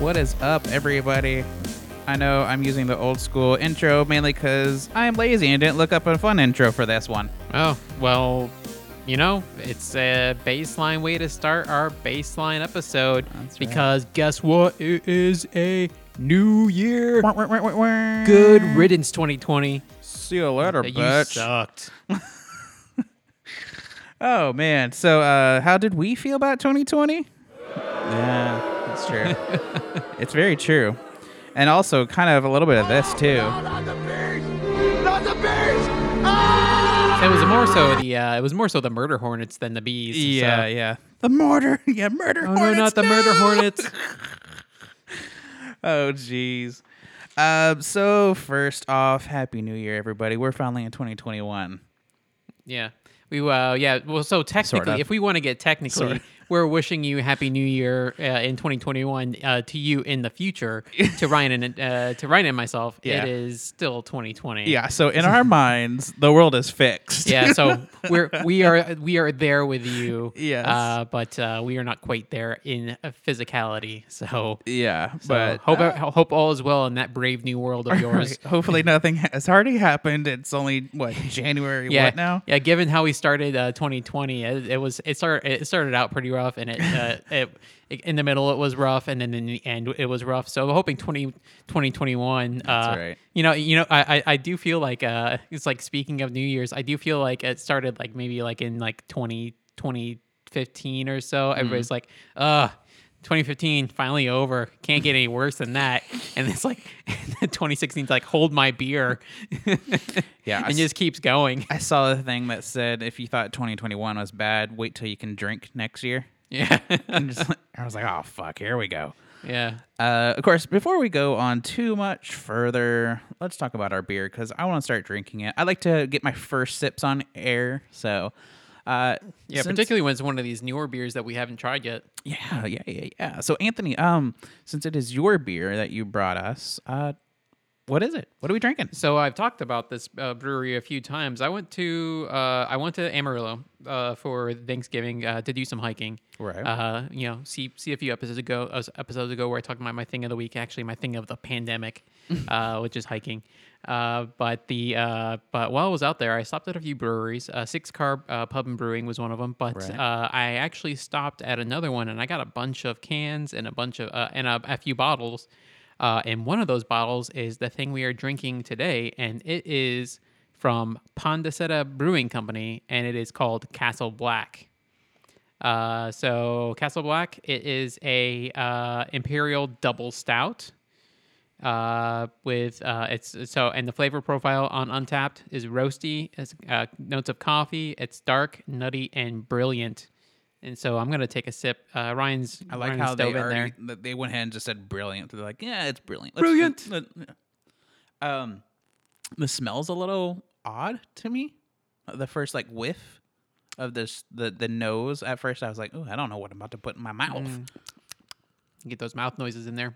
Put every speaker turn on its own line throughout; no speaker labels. What is up, everybody? I know I'm using the old school intro mainly because I'm lazy and didn't look up a fun intro for this one.
Oh, well, you know, it's a baseline way to start our baseline episode
That's right.
because guess what? It is a new year. Good
Good
riddance 2020.
See you later,
That You
bitch.
sucked.
Oh man. So uh how did we feel about 2020? Yeah, that's true. it's very true. And also kind of a little bit of this too.
Not the bees! Not the bees!
It was more so the uh, it was more so the murder hornets than the bees. so-
Yeah, yeah. The murder. Yeah, murder
Oh no, not the murder hornets.
Oh jeez. Um so first off, happy new year everybody. We're finally in 2021.
Yeah. We uh yeah well so technically
of.
if we want to get technically
Sort of.
we're wishing you happy new year uh, in 2021 uh, to you in the future to Ryan and uh, to Ryan and myself
Yeah.
it is still 2020
Yeah, so in our minds, the world is fixed.
yeah so we're we are we are there with you
Yes.
uh, but uh, we are not quite there in uh, physicality so,
Yeah, but
but
uh,
hope hope all is well in that brave new world of yours
Right, hopefully nothing has already happened. It's only what January
yeah,
what now?
Yeah, given how we started uh, 2020, it, it was it started it started out pretty rough, and it, uh, it in the middle it was rough, and then in the end it was rough. So I'm hoping 20 2021. uh,
right.
You know, you know, I I, I do feel like uh, it's like speaking of New Year's, I do feel like it started like maybe like in like 20 2015 or so. Everybody's
Mm-hmm.
like, uh 2015 finally over. Can't get any worse than that. And it's like 2016's like hold my beer.
Yeah, I
and just keeps going.
I saw the thing that said if you thought 2021 was bad, wait till you can drink next year.
Yeah.
And just like- I was like, oh fuck, here we go.
yeah.
Uh, of course, before we go on too much further, let's talk about our beer because I want to start drinking it. I like to get my first sips on air, so uh,
Yeah,
since-
particularly when it's one of these newer beers that we haven't tried yet.
yeah, yeah, yeah, yeah. So Anthony, um, since it is your beer that you brought us, uh, what is it? What are we drinking?
So I've talked about this uh, brewery a few times. I went to uh, I went to Amarillo uh, for Thanksgiving uh, to do some hiking.
Right.
Uh, you know, see see a few episodes ago uh, episodes ago where I talked about my thing of the week. Actually, my thing of the pandemic, uh, which is hiking. Uh, but the uh, but while I was out there, I stopped at a few breweries. Uh, Six Carb uh, Pub and Brewing was one of them, but
Right.
uh, I actually stopped at another one and I got a bunch of cans and a bunch of uh, and a, a few bottles. Uh, and one of those bottles is the thing we are drinking today, and it is from Pondicetta Brewing Company, and it is called Castle Black. Uh, so Castle Black, it is a uh, imperial double stout. Uh, with uh, it's so and the flavor profile on Untapped is roasty, has uh, notes of coffee. It's dark, nutty, and brilliant. And so I'm gonna take a sip. Uh, Ryan's
I like
Ryan's
how they
dove in
already,
there.
th- they went ahead and just said brilliant. They're like, yeah, it's brilliant.
Brilliant.
let- let- um, the smell's a little odd to me. Uh, The first like whiff of this the the nose. At first, I was like, oh, I don't know what I'm about to put in my mouth.
Mm. Get those mouth noises in there.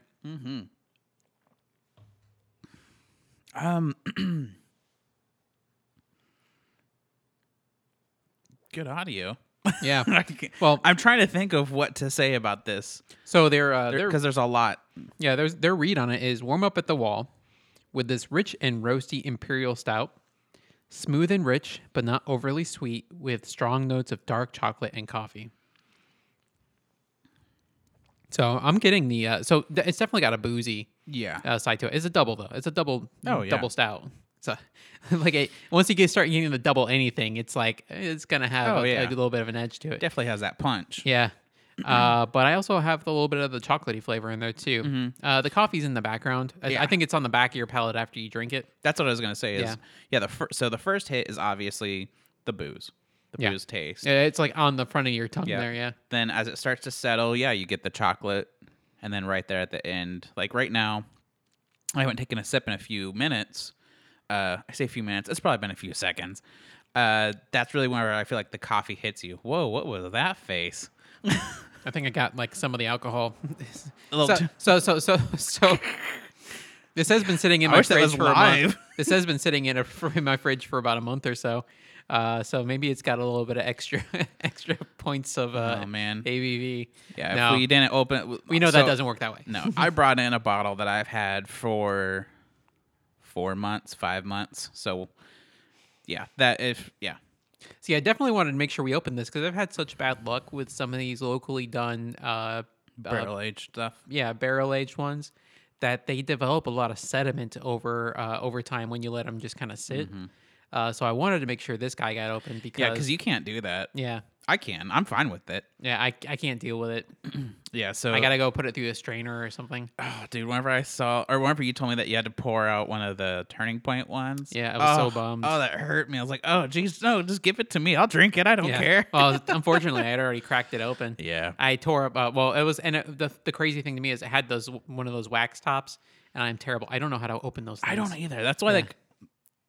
Good audio.
Yeah.
I can't-
Well-
I'm trying to think of what to say about this
So they're, uh, they're
because there's a lot.
Yeah, there's their read on it is warm up at the wall with this rich and roasty imperial stout, smooth and rich, but not overly sweet, with strong notes of dark chocolate and coffee. So I'm getting the uh, so th- it's definitely got a boozy
Yeah.
uh, side to it. It's a double though. It's a double.
Oh, yeah.
double stout. So like it, once you get start getting the double anything, it's like it's gonna have
Oh,
a,
yeah.
a little bit of an edge to it.
Definitely has that punch.
Yeah. Uh, but I also have a little bit of the chocolatey flavor in there too. Uh, the coffee's in the background. I,
Mm-hmm. Yeah.
I think it's on the back of your palate after you drink it.
That's what I was gonna say. Is
Yeah.
yeah. the fir- so the first hit is obviously the booze, the
Yeah.
booze taste.
Yeah, It's like on the front of your tongue there. Yeah.
Then as it starts to settle, yeah, you get the chocolate, and then right there at the end, like right now, I haven't taken a sip in a few minutes. Uh, I say a few minutes. It's probably been a few seconds. Uh, that's really where I feel like the coffee hits you. Whoa, what was that face?
I think I got like some of the alcohol.
A little
so,
too-
so so so so. This has been sitting in
I
my
wish that
fridge
was
for a month.
live.
This has been sitting in, a, in my fridge for about a month or so. Uh, so maybe it's got a little bit of extra extra points of uh,
Oh, man.
ABV.
Yeah,
no,
if we didn't open,
we know that
so-
doesn't work that way.
No, I brought in a bottle that I've had for four months, five months. So, yeah, that if yeah,
See, I definitely wanted to make sure we open this because I've had such bad luck with some of these locally done, uh, uh,
barrel aged stuff.
yeah, barrel aged ones that they develop a lot of sediment over uh, over time when you let them just kind of sit. Uh, so I wanted to make sure this guy got open because
Mm-hmm. Yeah, because you can't do that.
yeah,
I can. I'm fine with it.
yeah, I, I can't deal with it.
Yeah. So
I gotta go put it through a strainer or something.
Oh, dude, whenever Uh. I saw, or whenever you told me that you had to pour out one of the turning point ones,
Yeah, I was so
oh,
bummed.
Oh, that hurt me. I was like, oh, geez, no, just give it to me. I'll drink it. I don't
yeah.
care.
well, unfortunately, I had already cracked it open.
yeah.
I tore up. Uh, well, it was, and it, the the crazy thing to me is it had those one of those wax tops, and I'm terrible. I don't know how to open those. things.
I don't either. That's why, like,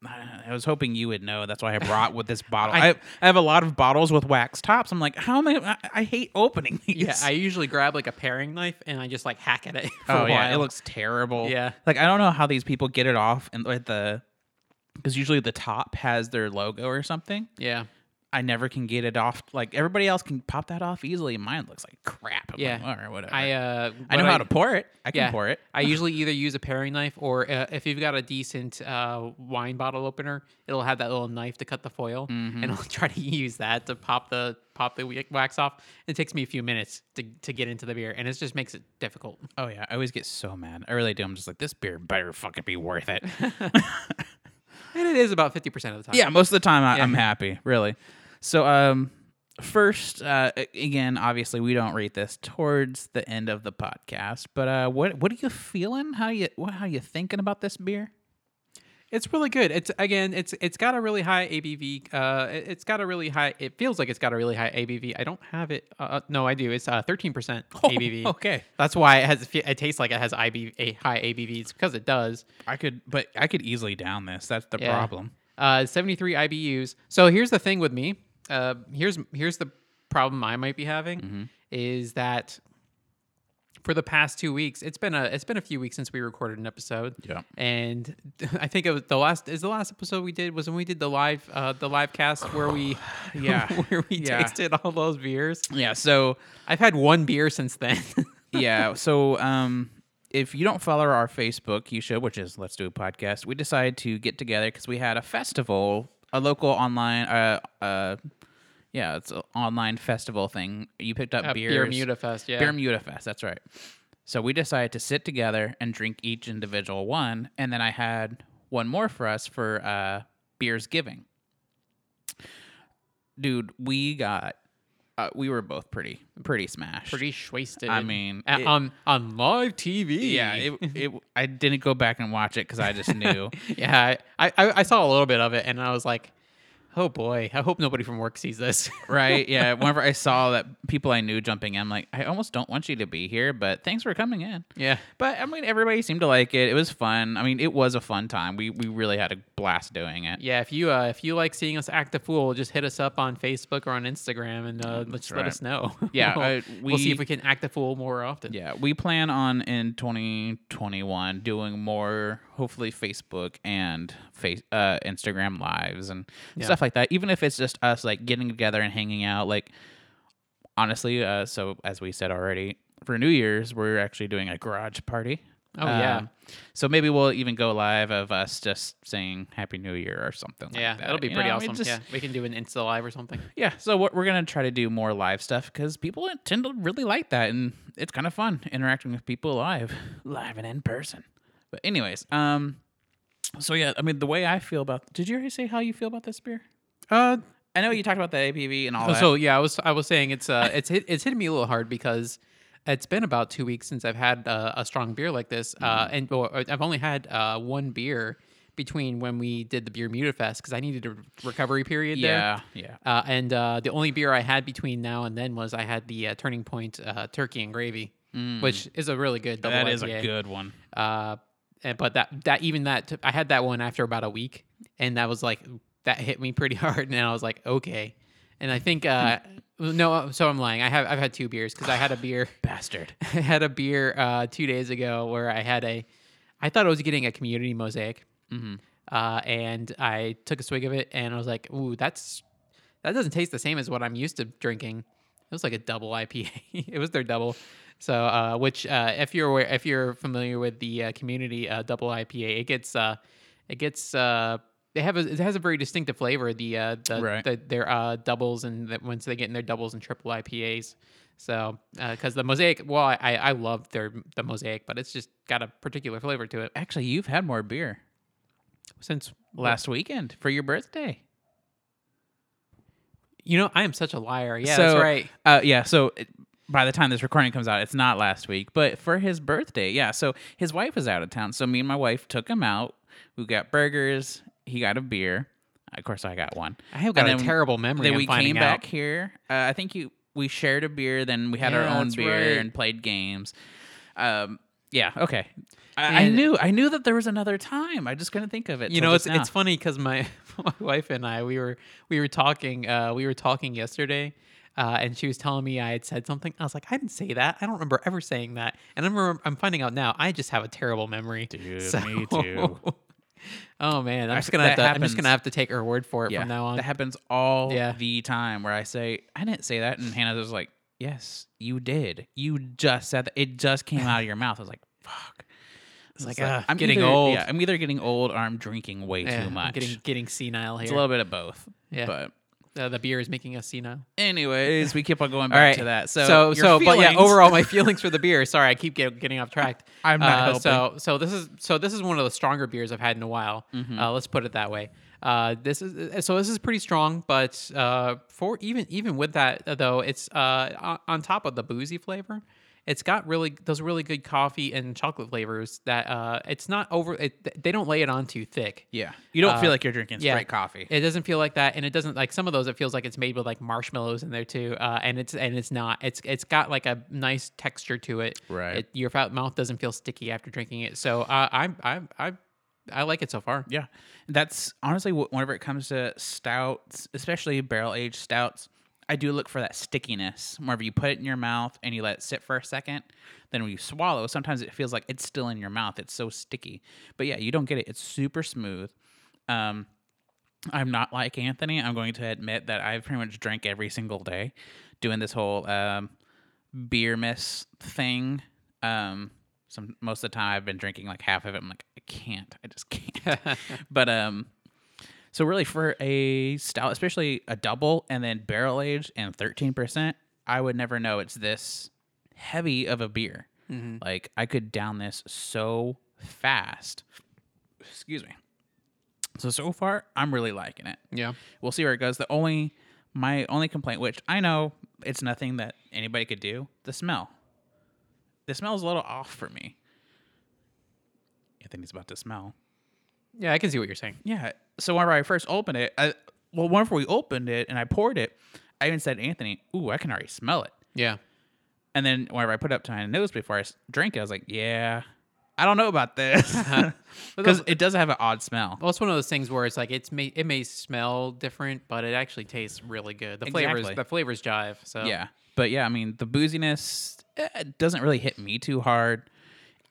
I was hoping you would know. That's why I brought with this bottle.
I-
I, I have a lot of bottles with wax tops. I'm like, how am I? I, I hate opening these.
Yeah, I usually grab like a paring knife and I just like hack at it. For
oh
a
yeah, it
while.
looks terrible.
Yeah.
like I don't know how these people get it off and like the because usually the top has their logo or something.
Yeah,
I never can get it off. Like everybody else can pop that off easily. Mine looks like crap. I'm
Yeah.
like, all right, whatever.
I
I,
uh,
know
what
how to pour it. I can
yeah,
pour it.
I usually either use a paring knife or uh, if you've got a decent uh, wine bottle opener, it'll have that little knife to cut the foil,
Mm-hmm.
and I'll try to use that to pop the pop the wa- wax off. It takes me a few minutes to to get into the beer, and it just makes it difficult.
Oh yeah, I always get so mad. I really do. I'm just like, this beer better fucking be worth it.
And it is about fifty percent of the time.
yeah, most of the time I,
Yeah.
I'm happy, really. So, um, first, uh, a- again, obviously we don't rate this towards the end of the podcast, but uh, what what are you feeling? How you what, how you thinking about this beer?
It's really good. It's again, it's it's got a really high ABV. Uh, it- it's got a really high. It feels like it's got a really high ABV. I don't have it. Uh, uh, no, I do. It's thirteen percent ABV.
Oh, okay.
that's why it has. It tastes like it has IB, a high ABV. It's because it does.
I could, but I could easily down this. That's the
Yeah.
problem.
Uh, seventy three IBUs. So here's the thing with me. Uh, here's here's the problem I might be having is that for the past two weeks, it's been a it's been a few weeks since we recorded an episode.
Yeah.
and I think it was the last is the last episode we did was when we did the live uh, the live cast where we
Yeah.
where we
Yeah.
tasted all those beers.
Yeah. So
I've had one beer since then.
yeah. So, um, if you don't follow our Facebook, you should, which is Let's Do a Podcast. We decided to get together because we had a festival, a local online, uh, uh, yeah, it's an online festival thing. You picked up
At
beers.
Beer Muta Fest, yeah.
Beer Muta Fest. That's right. So we decided to sit together and drink each individual one, and then I had one more for us for uh, beers giving. Dude, we got. Uh, we were both pretty, pretty smashed.
Pretty wasted.
I mean,
Uh,
it-
on on live TV.
Yeah, it, it. I didn't go back and watch it because I just knew.
yeah. I, I I saw a little bit of it and I was like, oh boy, I hope nobody from work sees this.
right? Yeah. Whenever I saw that people I knew jumping in, I'm like, I almost don't want you to be here, but thanks for coming in.
yeah.
But I mean, everybody seemed to like it. It was fun. I mean, it was a fun time. We we really had a blast doing it.
Yeah, if you uh, if you like seeing us act a fool, just hit us up on Facebook or on Instagram and uh, just let
right.
us know.
Yeah,
we'll,
uh,
we'll see
we-
if we can act a fool more often.
Yeah, we plan on in 2021 doing more, hopefully Facebook and face uh, Instagram lives and
Yeah.
stuff like that. Even if it's just us like getting together and hanging out, like honestly, uh, so as we said already, for New Year's we're actually doing a garage party.
Oh, yeah.
Um, so maybe we'll even go live of us just saying Happy New Year or something. like
Yeah,
that.
that'll be
You
pretty
know, I mean,
awesome.
just-
yeah, we can do an Insta live or something.
yeah, so we're, we're gonna try to do more live stuff because people tend to really like that, and it's kind of fun interacting with people live, live and in person. But anyways, um, so yeah, I mean the way I feel about did you already say how you feel about this beer?
Uh,
I know you talked about the APV and all that.
Oh, so yeah, I was I was saying it's uh it's hit, it's hitting me a little hard because it's been about two weeks since I've had uh, a strong beer like this, uh,
Mm-hmm.
and or, or I've only had uh, one beer between when we did the beer muta fest because I needed a re- recovery period. there.
yeah, yeah,
Uh, and uh, the only beer I had between now and then was I had the uh, Turning Point uh, Turkey and Gravy, which is a really good. Double
Mm. that is
IPA.
a good one.
Uh, and, but that that even that t- I had that one after about a week, and that was like that hit me pretty hard, and I was like, okay. And I think uh, no, so I'm lying. I have I've had two beers because I had a beer
Bastard.
I had a beer uh, two days ago where I had a I thought I was getting a community mosaic,
hmm
uh, and I took a swig of it, and I was like, "Ooh, that's that doesn't taste the same as what I'm used to drinking." It was like a double IPA. it was their double. So, uh, which uh, if you're aware, if you're familiar with the uh, community uh, double IPA, it gets uh, it gets uh, they have a, it has a very distinctive flavor. The uh, the,
Right.
the their uh, doubles and that once they get in their doubles and triple IPAs. So, because the mosaic, well, I I love their the mosaic, but it's just got a particular flavor to it.
Actually, you've had more beer
Since
last weekend for your birthday.
You know, I am such a liar. Yeah,
so,
that's right.
Uh, yeah, so it, by the time this recording comes out, it's not last week, but for his birthday, yeah. So his wife was out of town, so me and my wife took him out. We got burgers. He got a beer. Of course, I got one.
I have
And
got a
then-
terrible memory.
Then
of
we
finding
came
out.
back here. Uh, I think you we shared a beer. Then we had our
Yeah,
own
that's
beer
right.
and played games. Um, yeah. Okay. I, I
And-
knew. I knew that there was another time. I just couldn't think of it.
You
till
know, it's
just now.
it's funny because my my wife and I we were we were talking uh, we were talking yesterday, uh, and she was telling me I had said something. I was like, I didn't say that. I don't remember ever saying that. And I'm remem- I'm finding out now. I just have a terrible memory.
Dude, me too.
oh man, I'm just
That-
gonna have to,
that
I'm just gonna
happens.
have to take her word for it
yeah.
from now on.
That happens all
Yeah.
the time. Where I say I didn't say that, and Hannah was like, "Yes, you did. You just said that. It just came out of your mouth." I was like, "Fuck." It's
like, "Ugh, getting
either-
old."
Yeah, I'm either getting old or I'm drinking way
Yeah,
too
I'm
much.
getting getting senile here.
it's a little bit of both.
Yeah.
But
Uh, the beer is making us senile.
anyways, we keep on going back
All right.
to that. So,
so,
your
so but yeah,
feelings-
overall, my feelings for the beer. Sorry, I keep get, getting off track.
I'm not
uh, So, so this is so this is one of the stronger beers I've had in a while.
Mm-hmm.
Uh, let's put it that way. Uh, this is so this is pretty strong, but uh, for even even with that uh, though, it's uh, on- on top of the boozy flavor. It's got really those really good coffee and chocolate flavors that uh, it's not over. It, they don't lay it on too thick.
yeah, you don't feel
Uh,
like you're drinking straight coffee.
It doesn't feel like that, and it doesn't like some of those. It feels like it's made with like marshmallows in there too, uh, and it's and it's not. It's it's got like a nice texture to it.
Right.
It, your fou- mouth doesn't feel sticky after drinking it. So uh, I I I I like it so far.
Yeah, that's honestly wh- whenever it comes to stouts, especially barrel aged stouts, I do look for that stickiness. Whenever you put it in your mouth and you let it sit for a second, then when you swallow, sometimes it feels like it's still in your mouth. It's so sticky. But yeah, you don't get it. It's super smooth. Um, I'm not like Anthony. I'm going to admit that I've pretty much drank every single day, doing this whole um, beer miss thing. Um, some most of the time I've been drinking like half of it. I'm like, I can't. I just can't. but um, so really for a stout, especially a double and then barrel aged and 13 percent, I would never know it's this heavy of a beer. Like I could down this so fast. Excuse me. So so far, I'm really liking it.
Yeah.
We'll see where it goes. The only my only complaint, which I know it's nothing that anybody could do, the smell. The smell is a little off for me. Anthony's about to smell.
Yeah, I can see what you're saying.
Yeah. So whenever I first opened it, I, well, whenever we opened it and I poured it, I even said, Anthony, ooh, I can already smell it.
Yeah.
And then whenever I put it up to my nose before I s- drank it, I was like, yeah, I don't know about this. Because it does have an odd smell.
Well, it's one of those things where it's like it's may it may smell different, but it actually tastes really good. The
Exactly.
flavors the flavors jive. So
Yeah. But yeah, I mean, the booziness eh, doesn't really hit me too hard.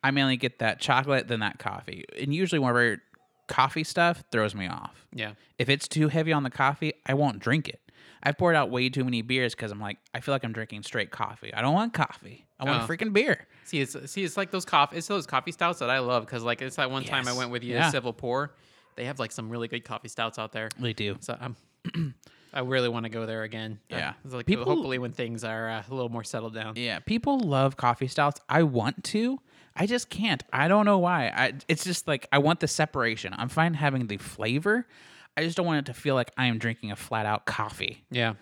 I mainly get that chocolate, then that coffee. And usually, whenever coffee stuff throws me off.
yeah.
If it's too heavy on the coffee, I won't drink it. I've poured out way too many beers because I'm like, I feel like I'm drinking straight coffee. I don't want coffee. I want
Oh.
freaking beer.
See, it's see, it's like those coffee. It's those coffee stouts that I love because, like, it's that one time I
Yes.
went with you
Yeah.
to Civil Pour. They have like some really good coffee stouts out there.
They do.
So I'm, I really want to go there again. Uh,
Yeah.
it's like
People-
hopefully when things are uh, a little more settled down.
Yeah, people love coffee stouts. I want to. I just can't. I don't know why. I it's just like I want the separation. I'm fine having the flavor. I just don't want it to feel like I am drinking a flat out coffee.
Yeah.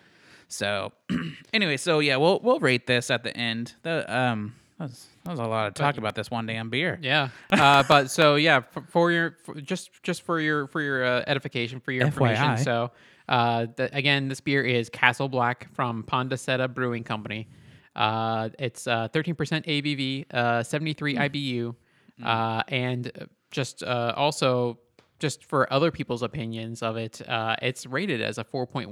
So anyway, so yeah, we'll we'll rate this at the end. The um that was, that was a lot of talk about this one damn beer.
Yeah. Uh, but so yeah, for, for your for, just just for your for your uh, edification, for your
FYI.
information. So uh, the, again, this beer is Castle Black from Pondicetta Brewing Company. Uh, it's uh, 13% ABV, uh, 73
Hmm.
IBU, uh, and just uh, also just for other people's opinions of it, uh, it's rated as a 4.15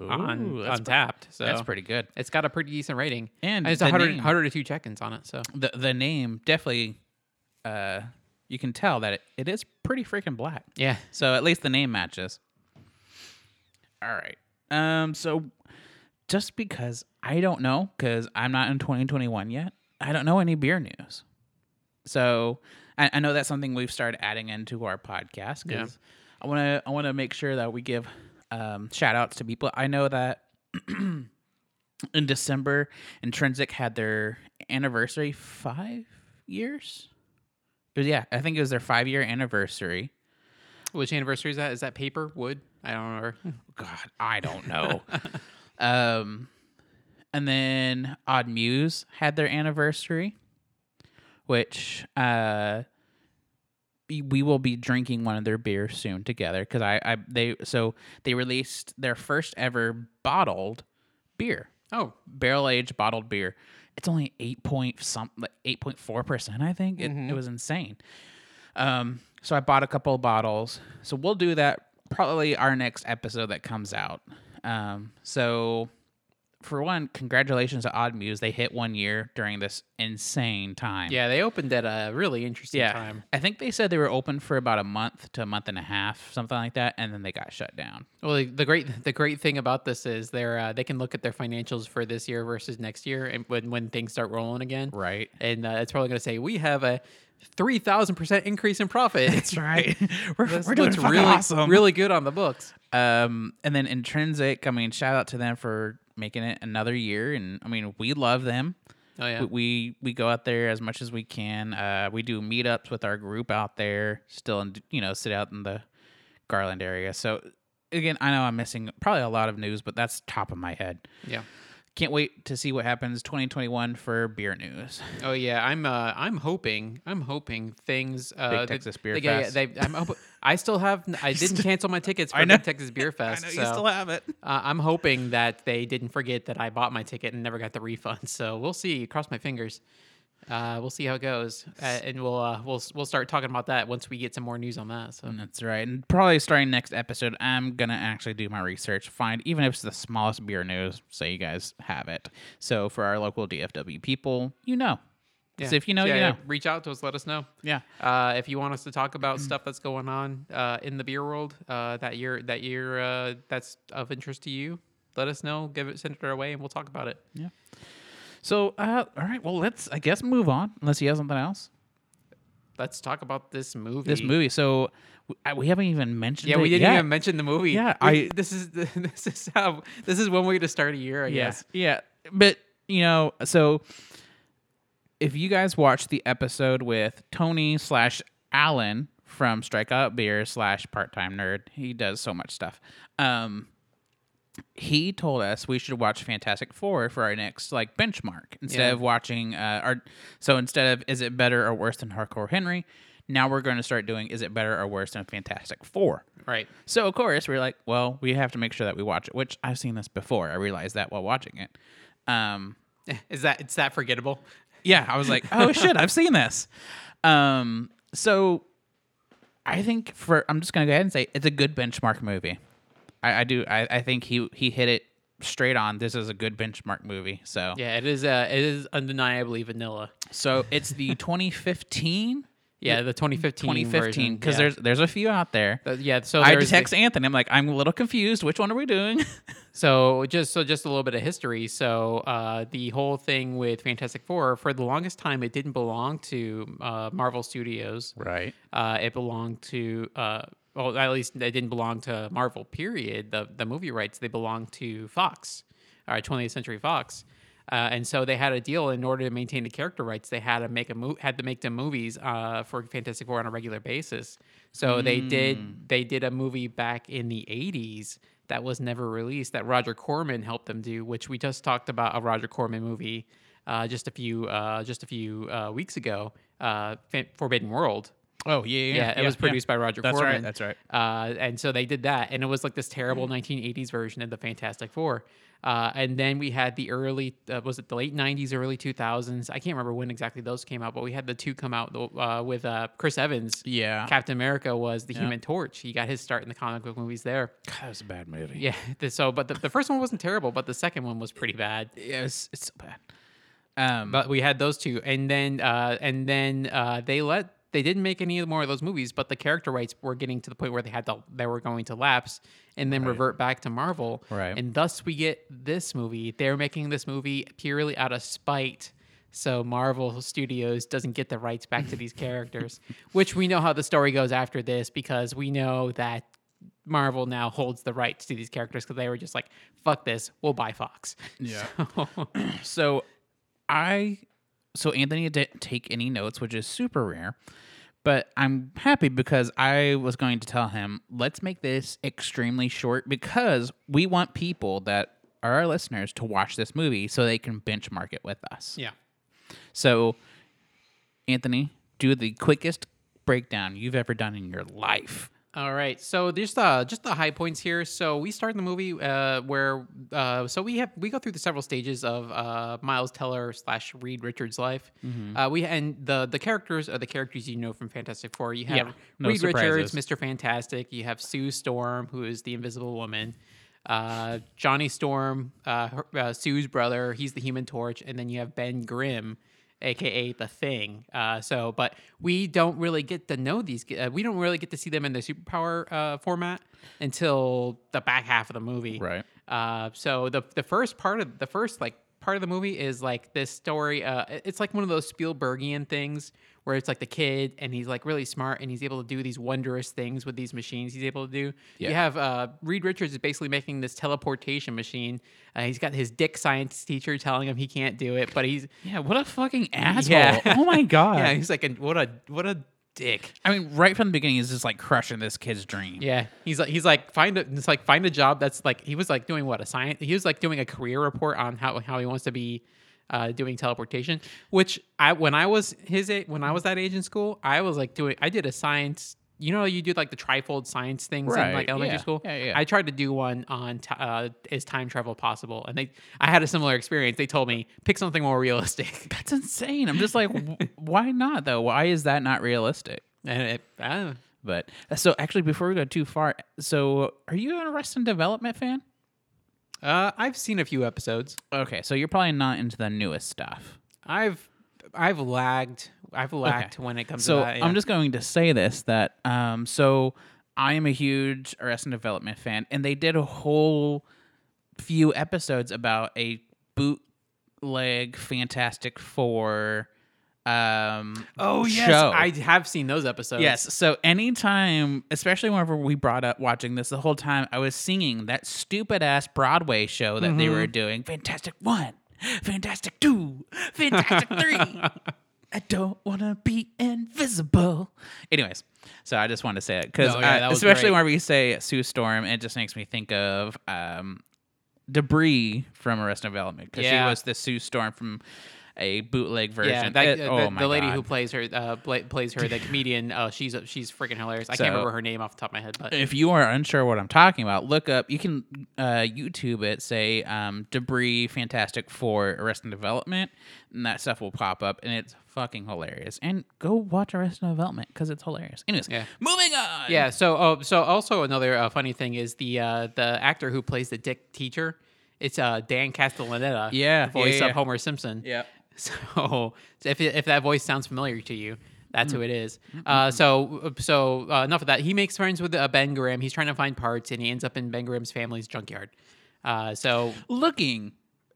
Ooh,
on
that's
on Tapped. So
That's pretty good.
It's got a pretty decent rating,
And
it's
the
100,
name.
102 check-ins on it. So
The the name definitely uh you can tell that it, it is pretty freaking black.
Yeah.
So at least the name matches. All right. Um. So just because I don't know, because I'm not in 2021 yet, I don't know any beer news. So I, I know that's something we've started adding into our podcast because
Yeah.
I want to I want to make sure that we give um, shout outs to people. I know that in December, Intrinsic had their anniversary five years. It was, yeah, I think it was their five year anniversary.
Which anniversary is that? Is that paper? Wood? I don't remember.
Hmm. God, I don't know. um, and then Odd Muse had their anniversary, which uh, we- we will be drinking one of their beers soon together because I, I they so they released their first ever bottled beer,
Oh,
barrel aged bottled beer. It's only eight point some like eight point four percent, I think. It,
Mm-hmm.
it was insane. Um, so I bought a couple of bottles. So we'll do that probably our next episode that comes out. Um, so for one, congratulations to Odd Muse. They hit one year during this insane time.
yeah. They opened at a really interesting
Yeah.
time.
I think they said they were open for about a month to a month and a half, something like that, and then they got shut down.
Well, the, the great the great thing about this is they're uh, they can look at their financials for this year versus next year, and when when things start rolling again,
Right.
And uh, it's probably going to say we have a three thousand percent increase in profit.
That's right. we're
This
we're doing
looks
fucking
really
awesome.
really good on the books.
Um, and then Intrinsic, I mean, shout out to them for making it another year. And I mean, we love them.
Oh yeah,
We, we we go out there as much as we can. Uh, we do meetups with our group out there. Still, in, you know, sit out in the Garland area. So again, I know I'm missing probably a lot of news, but that's top of my head.
yeah.
Can't wait to see what happens 2021 for beer news.
Oh yeah, I'm uh, I'm hoping I'm hoping things uh,
Big
that-
Texas Beer
that- yeah, yeah,
Fest.
they- I'm hope- I still have I didn't cancel my tickets for
know.
Big Texas Beer Fest. so,
have it.
uh, I'm hoping that they didn't forget that I bought my ticket and never got the refund. So we'll see. Cross my fingers. Uh, we'll see how it goes, uh, and we'll uh, we'll we'll start talking about that once we get some more news on that. So
That's right. And probably starting next episode, I'm going to actually do my research, find even if it's the smallest beer news, so you guys have it. So for our local DFW people, you know. So if you know,
Yeah,
you
yeah,
know.
reach out to us. Let us know.
Yeah.
Uh, if you want us to talk about stuff that's going on uh, in the beer world uh, that you're that you're uh, that's of interest to you, let us know. Give it send it our way, and we'll talk about it.
So, uh, all right. Well, let's, I guess, move on, unless you have something else.
Let's talk about this movie.
This movie. So w- I- we haven't even mentioned
Yeah,
it
we didn't
yet.
even mention the movie.
Yeah,
We-
I-
this is this is how this is one way to start a year. I guess.
Yeah. Yeah. But, you know, so if you guys watched the episode with Tony slash Alan from Strikeout Beer slash Part Time Nerd, he does so much stuff. Um, he told us we should watch Fantastic Four for our next like benchmark instead
Yeah.
of watching uh, our. So instead of is it better or worse than Hardcore Henry, now we're going to start doing is it better or worse than Fantastic Four.
Right.
So of course we are like, well, we have to make sure that we watch it. Which I've seen this before. I realized that while watching it. Um,
Is that it's that forgettable?
yeah, I was like, oh shit, I've seen this. Um, so I think for I'm just gonna go ahead and say it's a good benchmark movie. I, I do. I, I think he he hit it straight on. This is a good benchmark movie. So
Yeah, it is. Uh, it is undeniably vanilla.
so it's the 2015
Yeah, the 2015.
2015 because
because
there's there's a few out there.
there's yeah. So
I
there's the-
text Anthony. I'm like, I'm a little confused. Which one are we doing?
So just so just a little bit of history. So uh, the whole thing with Fantastic Four for the longest time it didn't belong to uh, Marvel Studios.
Right.
Uh, it belonged to uh, well at least it didn't belong to Marvel. Period. The the movie rights they belonged to Fox, or 20th Century Fox. Uh, and so they had a deal in order to maintain the character rights. They had to make a mo- had to make the movies uh, for Fantastic Four on a regular basis. So they did they did a movie back in the 80s that was never released that Roger Corman helped them do, which we just talked about a Roger Corman movie uh, just a few uh, just a few uh, weeks ago, uh, Fan- Forbidden World.
Oh yeah. Yeah.
Yeah, it was produced by Roger
That's
Corman.
right. That's right. Mm.
Uh, and so they did that, and it was like this terrible 1980s version of the Fantastic Four. Uh, and then we had the early, uh, was it the late 90s, early 2000s? I can't remember when exactly those came out, but we had the two come out uh, with uh, Chris Evans.
Yeah.
Captain America was the Human Torch. He got his start in the comic book movies there.
that was a bad movie.
Yeah. the- so, but the, the first one wasn't terrible, but the second one was pretty bad.
Yeah, it's, it's so bad. Um,
But we had those two, and then uh, and then uh, they let They didn't make any more of those movies, but the character rights were getting to the point where they had to, they were going to lapse and then revert back to Marvel.
Right.
And thus we get this movie. They're making this movie purely out of spite. So Marvel Studios doesn't get the rights back to these characters, which we know how the story goes after this because we know that Marvel now holds the rights to these characters because they were just like, "Fuck this, we'll buy Fox."
Yeah. so I so Anthony didn't take any notes, which is super rare. But I'm happy because I was going to tell him, let's make this extremely short because we want people that are our listeners to watch this movie so they can benchmark it with us.
Yeah.
So, Anthony, do the quickest breakdown you've ever done in your life.
All right, so there's uh, just the high points here. So we start in the movie uh, where uh, so we have we go through the several stages of uh, Miles Teller slash Reed Richards' life.
Mm-hmm.
Uh, we and the the characters are the characters you know from Fantastic Four. You have
Yeah, no
Reed Richards,
surprises.
Mister Fantastic. You have Sue Storm, who is the Invisible Woman. Uh, Johnny Storm, uh, her, uh, Sue's brother. He's the Human Torch, and then you have Ben Grimm. AKA the Thing. Uh, so, but we don't really get to know these. g- Uh, we don't really get to see them in the superpower uh, format until the back half of the movie.
Right.
Uh, so the the first part of the first like part of the movie is like this story. Uh, it- it's like one of those Spielbergian things where it's like the kid and he's like really smart and he's able to do these wondrous things with these machines. He's able to do. You have uh, Reed Richards is basically making this teleportation machine. Uh, he's got his dick science teacher telling him he can't do it, but he's
Yeah, what a fucking asshole.
Yeah.
Oh my god.
yeah, he's like a, what a what a dick.
I mean, right from the beginning, he's just like crushing this kid's dream.
Yeah, he's like he's like find a it's like find a job that's like he was like doing what a science he was like doing a career report on how how he wants to be uh, doing teleportation. Which I when I was his a- when I was that age in school, I was like doing I did a science. You know, you do like the trifold science things in like
Right,
elementary
yeah,
school.
yeah, yeah.
I tried to do one on t- uh, is time travel possible, and they I had a similar experience. They told me pick something more realistic,
That's insane. I'm just like, w- why not though? Why is that not realistic?
and it, I don't know.
But uh, so actually, before we go too far, so are you an Arrested Development fan?
Uh, I've seen a few episodes.
Okay, so you're probably not into the newest stuff.
I've I've lagged. I've lagged when it comes
So
to that. yeah.
I'm just going to say this that um, so I am a huge Arrested Development fan, and they did a whole few episodes about a bootleg Fantastic Four. Um,
Oh yes,
show.
I have seen those episodes.
Yes. So anytime, especially whenever we brought up watching this, the whole time I was singing that stupid ass Broadway show that they were
Mm-hmm.
doing. Fantastic one, fantastic two, fantastic three. I don't want to be invisible. Anyways, so I just wanted to say it because
No, yeah, that was
especially
great.
whenever you say Sue Storm, it just makes me think of um, debris from Arrested Development because
Yeah.
she was the Sue Storm from a bootleg version.
yeah. That,
It-
uh,
oh
the,
my
the lady
God.
who plays her uh, pla plays her the comedian. Uh, she's she's freaking hilarious. I
So-
can't remember her name off the top of my head, but
if you are unsure what I'm talking about, look up. You can uh, YouTube it. Say um, debris, Fantastic Four, Arrested Development, and that stuff will pop up, and it's fucking hilarious. And go watch Arrested Development because it's hilarious. Anyways,
Yeah.
moving on.
yeah. So oh, so also another uh, funny thing is the uh, the actor who plays the dick teacher. It's uh, Dan Castellaneta.
Yeah,
the voice
yeah, yeah.
of Homer Simpson.
Yep.
So if if that voice sounds familiar to you, that's
Mm-hmm.
who it is. Uh, so so uh, enough of that. He makes friends with uh, Ben Grimm. He's trying to find parts, and he ends up in Ben Grimm's family's junkyard. Uh, so
looking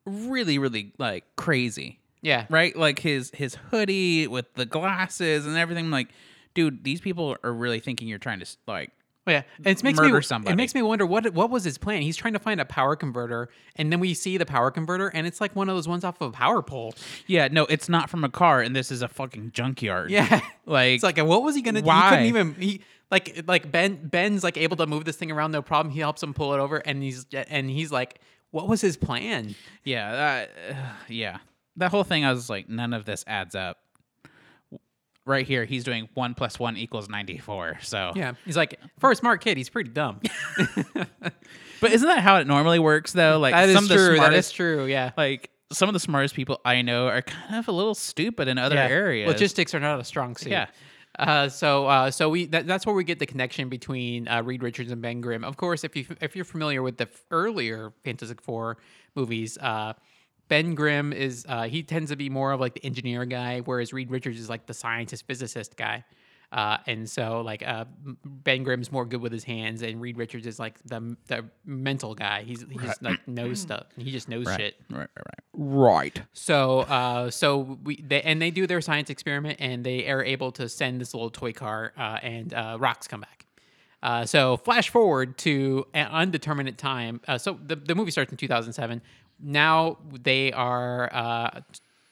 really, really like crazy,
yeah,
right? Like his his hoodie with the glasses and everything. Like, dude, these people are really thinking you're trying to s- like.
Oh, yeah, And it makes
Murder
me
somebody.
It makes me wonder what what was his plan. He's trying to find a power converter, and then we see the power converter, and it's like one of those ones off of a power pole.
Yeah, no, it's not from a car, and this is a fucking junkyard.
Yeah,
like
it's like what was he gonna? do? He
why?
couldn't even he like like Ben Ben's like able to move this thing around no problem. He helps him pull it over, and he's and he's like, what was his plan?
Yeah, that, yeah. That whole thing, I was like, none of this adds up. Right here, he's doing one plus one equals ninety-four. So,
Yeah, he's like for a smart kid, he's pretty dumb.
but isn't that how it normally works, though? Like
that is
some of the
true.
smartest,
That is true. Yeah.
like some of the smartest people I know are kind of a little stupid in other
Yeah.
areas.
Logistics are not a strong suit.
Yeah.
Uh, so, uh, so we that, that's where we get the connection between uh, Reed Richards and Ben Grimm. Of course, if you if you're familiar with the f- earlier Fantastic Four movies, uh, Ben Grimm is uh, he tends to be more of like the engineer guy, whereas Reed Richards is like the scientist physicist guy. Uh, and so, like, uh, M- Ben Grimm's more good with his hands, and Reed Richards is like the the mental guy. He's he just like knows stuff. He just knows
Right.
shit.
Right, right,
Right.
So, uh, so we they and they do their science experiment, and they are able to send this little toy car, uh, and uh, rocks come back. Uh, so, flash forward to an undeterminate time. Uh, so the the movie starts in 2007. Now they are uh,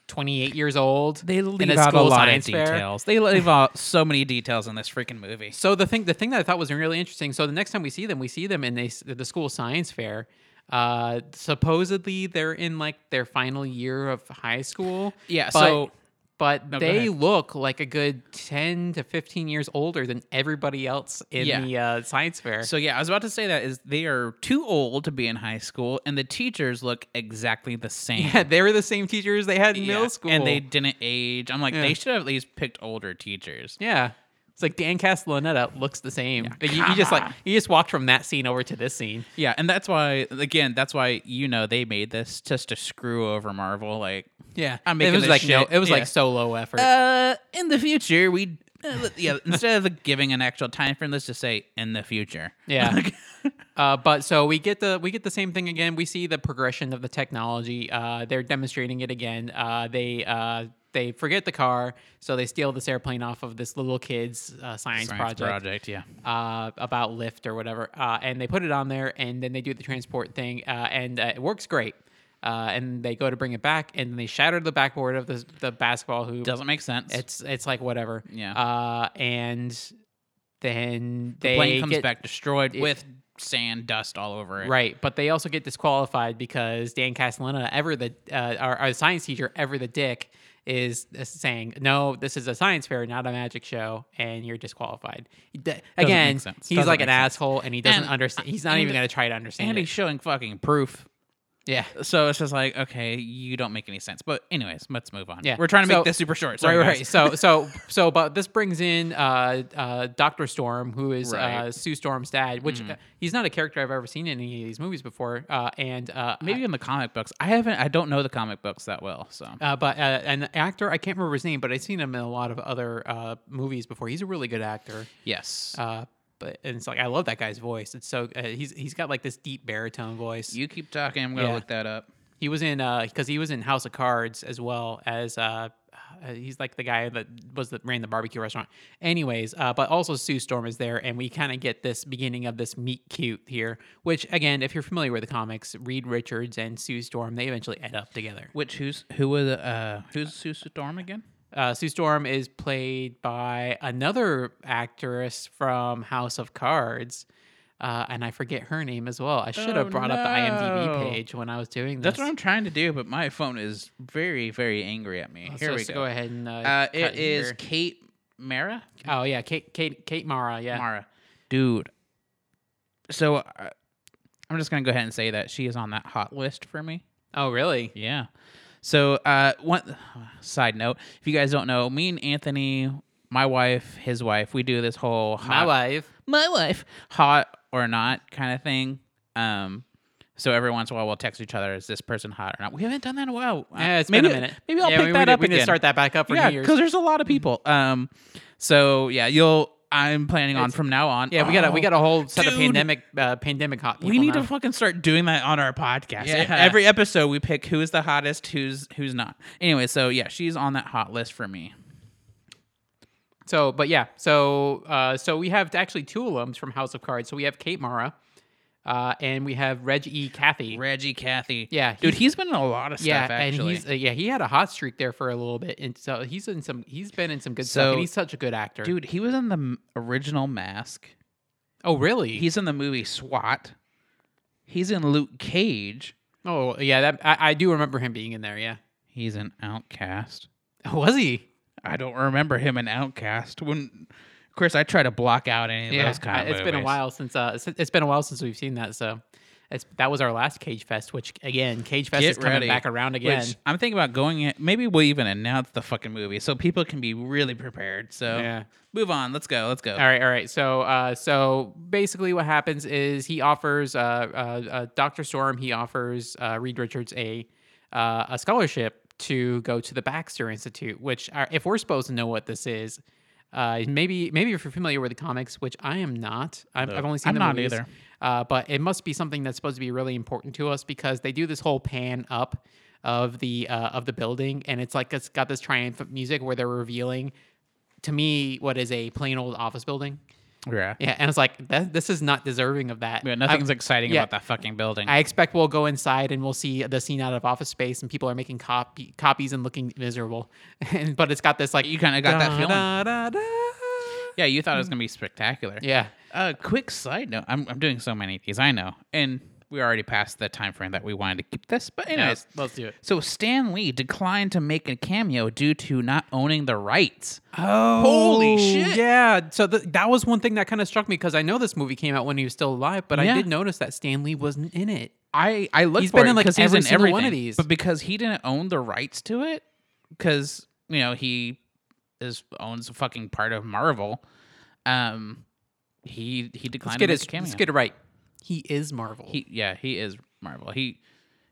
28 years old.
They
in
leave
a
out a
school
lot of
science fair.
details. They leave out so many details in this freaking movie.
So the thing, the thing that I thought was really interesting. So the next time we see them, we see them in they, the school science fair. Uh, supposedly they're in like their final year of high school.
Yeah,
but-
so-
but
go
they
ahead.
look like a good ten to fifteen years older than everybody else in
Yeah.
the uh, science fair.
So yeah, I was about to say that is they are too old to be in high school, and the teachers look exactly the same.
yeah, they were the same teachers they had in
Yeah,
middle school,
and they didn't age. I'm like,
Yeah.
they should have at least picked older teachers.
yeah. It's like Dan Castellaneta looks the same. Like, you, you just like you just walked from that scene over to this scene.
Yeah, and that's why, again, that's why you know they made this just to screw over Marvel. Like,
Yeah,
I'm
it
making
was
this
like no,
shit.
it was
Yeah.
like solo effort.
uh, in the future, we, uh, yeah, instead of giving an actual time frame, let's just say in the future.
Yeah. uh, but so we get the we get the same thing again. We see the progression of the technology. Uh, they're demonstrating it again. Uh, they uh, they forget the car, so they steal this airplane off of this little kid's uh, science,
Science
project,
project, yeah.
Uh, about Lyft or whatever, uh, and they put it on there, and then they do the transport thing, uh, and uh, it works great. Uh, and they go to bring it back, and they shatter the backboard of the, the basketball hoop.
Doesn't make sense.
It's it's like whatever.
Yeah.
Uh, and then they
the plane comes
get-
back destroyed with sand dust all over it.
Right, but they also get disqualified because Dan Castellaneta, ever the uh, our, our science teacher, ever the dick, is saying, "No, this is a science fair, not a magic show, and you're disqualified." D- Again,
make sense.
he's
Doesn't
like an
make sense.
asshole, and he doesn't
And-
understand. He's not
and-
even going to try to understand.
And he's
It.
showing fucking proof.
Yeah,
So it's just like, okay, you don't make any sense. But anyways, let's move on.
Yeah.
We're trying to
So-
make this super short. Sorry,
right, right.
guys.
So, so, so, but this brings in uh, uh, Doctor Storm, who is uh,
Right. Mm-hmm.
Sue Storm's dad, which uh, he's not a character I've ever seen in any of these movies before, uh, and uh,
Maybe in the comic books. I haven't. I don't know the comic books that well. So
Uh, but uh, an actor, I can't remember his name, but I've seen him in a lot of other uh, movies before. He's a really good actor.
yes,
Uh, but and it's like I love that guy's voice. It's so uh, he's he's got like this deep baritone voice.
you keep talking. I'm gonna
yeah.
look that up.
he was in because he was in House of Cards as well as uh, uh, he's like the guy that was the ran the barbecue restaurant. Anyways, uh, but also Sue Storm is there, and we kind of get this beginning of this meet cute here. Which again, if you're familiar with the comics, Reed Richards and Sue Storm they eventually end up together.
Which who's who was uh who's Sue Storm again?
Uh, Sue Storm is played by another actress from House of Cards, uh, and I forget her name as well. I should have
Oh,
brought up the IMDb
no.
page when I was doing this.
That's what I'm trying to do, but my phone is very very angry at me.
Uh, so
Here we
let's
go.
go ahead and uh,
Uh,
cut
it is
here.
Kate Mara.
Oh yeah, Kate Kate Kate Mara. Yeah,
Mara, dude. So uh, I'm just gonna go ahead and say that she is on that hot list for me.
Oh really?
Yeah. So, uh, one side note: if you guys don't know, me and Anthony, my wife, his wife, we do this whole hot,
My wife.
my wife, hot or not kind of thing. Um, so every once in a while, we'll text each other: is this person hot or not? We haven't done that in a while. Uh,
Yeah, it's
maybe,
been a minute.
Maybe I'll
Yeah,
pick
we,
that
need,
up
We
again.
need to start that back up for
yeah,
New Year's. Mm-hmm.
because there's a lot of people. Um, so yeah, you'll. I'm planning on from now on.
yeah, we got a, we
Oh,
got a whole set of
dude.
pandemic uh, pandemic hot people.
we need
now.
to fucking start doing that on our podcast. E-,
Yeah.
Every episode we pick who is the hottest, who's who's not. Anyway, so yeah, she's on that hot list for me.
So, but yeah, so uh, so we have actually two alums from House of Cards. So we have Kate Mara, uh, and we have Reg E. Cathy.
Reggie Cathy.
Yeah,
Dude,
he-
he's been in a lot of stuff
yeah,
actually.
and he's uh, yeah he had a hot streak there for a little bit, and so he's in some he's been in some good stuff.
So-
And he's such a good actor,
Dude, he was in the m- original Mask.
Oh really?
He's in the movie SWAT. He's in Luke Cage.
oh yeah, that I, I do remember him being in there. Yeah,
He's an Outcast.
was he?
I don't remember him in Outcast. When of course I try to block out any of
Yeah,
those kind
I-
of
it's been a
movies.
while since uh si- it's been a while since we've seen that. So it's that was our last Cage Fest, which again Cage Fest
Get
is coming
ready.
back around
Which,
again.
I'm thinking about going. in- Maybe we'll even announce the fucking movie so people can be really prepared. So
Yeah.
move on. Let's go. Let's go.
All right, all right. So, uh, so basically, what happens is he offers uh, uh, uh, Doctor Storm. He offers uh, Reed Richards a uh, uh, a scholarship to go to the Baxter Institute. Which, are, if we're supposed to know what this is, Uh, maybe maybe if you're familiar with the comics, which I am not. I've, I've only seen
I'm
the
not
movies.
either.
Uh, but it must be something that's supposed to be really important to us because they do this whole pan up of the uh, of the building, and it's like it's got this triumphant music where they're revealing to me what is a plain old office building.
Yeah.
Yeah, and it's like that, this is not deserving of that.
Yeah, nothing's exciting
yeah.
about that fucking building.
I expect we'll go inside and we'll see the scene out of Office Space, and people are making copy copies and looking miserable. and but it's got this like
you kind of got that
da,
feeling.
da, da, da.
Yeah, you thought it was gonna be spectacular.
Mm-hmm. Yeah,
Uh, quick side note: I'm, I'm doing so many of these, I know, and we already passed the time frame that we wanted to keep this. But
Yeah,
anyways,
let's- let's do it.
so Stan Lee declined to make a cameo due to not owning the rights.
Oh,
Holy shit.
Yeah. So th- that was one thing that kind of struck me because I know this movie came out when he was still alive, but I
Yeah.
did notice that Stanley wasn't in it.
I I looked
He's
for
been
it
in, like,
'cause he's
every
in
single one of
everything,
these.
but because he didn't own the rights to it, because you know he is owns a fucking part of Marvel. Um, he he
Let's
declined
get
to
it.
make a cameo.
Let's get it right. He is Marvel.
He yeah, he is Marvel. He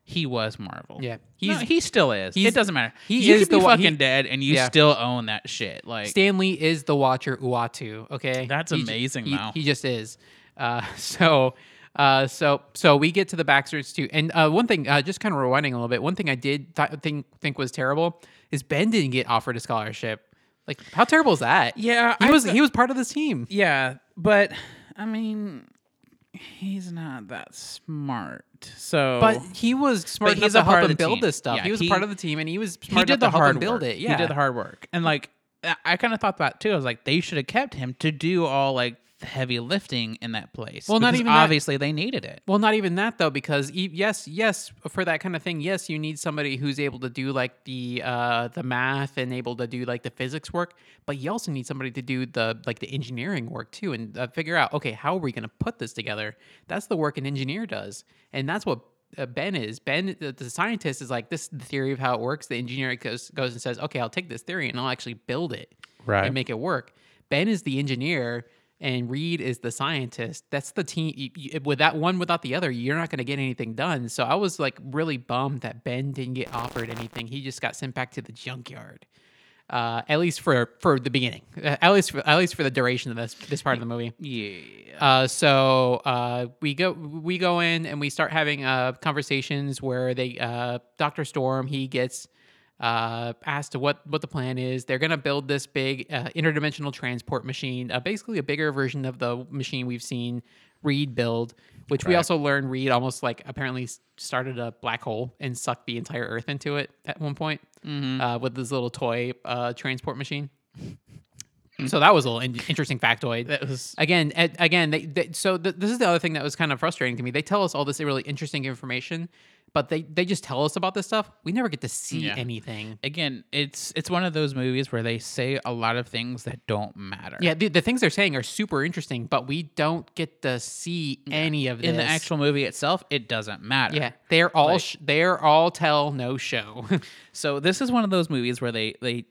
he was Marvel.
Yeah.
he's
He's-
he still is.
he's-
it doesn't matter.
he
you
is
could be
the one- he-
fucking dead, and you
Yeah.
still own that shit. Like
Stanley is the Watcher Uatu. Okay,
That's
ju-
amazing,
he-
though.
He, just is. Uh, so, uh, so, so we get to the Baxters too, and uh, one thing, uh, just kind of rewinding a little bit. One thing I did th- think think was terrible is Ben didn't get offered a scholarship. Like, how terrible is that?
Yeah,
he
I
was
th-
he was part of this team.
yeah, but I mean, he's not that smart. So,
But he was smart
he's
enough
a
to
part
help
of the
him build
team.
this stuff.
Yeah,
he was
he-
a part of the team, and he was
he
smart
did
enough to
the
help
hard
him build
work.
it. Yeah,
He did the hard work, and like I- I kind of thought that too. I was like, they should have kept him to do all like the heavy lifting in that place.
Well, not
because
even that-
obviously they needed it.
Well, not even that though, because e- yes, yes, for that kind of thing, yes, you need somebody who's able to do like the uh, the math and able to do like the physics work, but you also need somebody to do the like the engineering work too, and uh, figure out okay, how are we going to put this together? That's the work an engineer does, and that's what uh, Ben is. Ben, the, the scientist, is like this is the theory of how it works. The engineer goes goes and says, okay, I'll take this theory and I'll actually build it
Right.
and make it work. Ben is the engineer and Reed is the scientist. That's the team. You, you, with that one without the other, you're not going to get anything done. So I was like really bummed that Ben didn't get offered anything. He just got sent back to the junkyard. Uh, at least for for the beginning. Uh, At least for, at least for the duration of this this part of the movie.
Yeah.
Uh, so uh, we go we go in and we start having uh, conversations where they uh, Doctor Storm he gets uh, asked what what the plan is. They're gonna build this big uh, interdimensional transport machine, uh, basically a bigger version of the machine we've seen Reed build, which we also learned Reed almost like apparently s- started a black hole and sucked the entire Earth into it at one point uh, with this little toy uh, transport machine. So that was a little in- interesting factoid.
That was-
again, a- again. They, they, so th- this is the other thing that was kind of frustrating to me. They tell us all this really interesting information, but they they just tell us about this stuff. We never get to see
Yeah.
anything.
again, it's it's one of those movies where they say a lot of things that don't matter.
Yeah, the, the things they're saying are super interesting, but we don't get to see any of this
In the actual movie itself, it doesn't matter.
Yeah, they're all sh- they're all tell no show.
So this is one of those movies where they they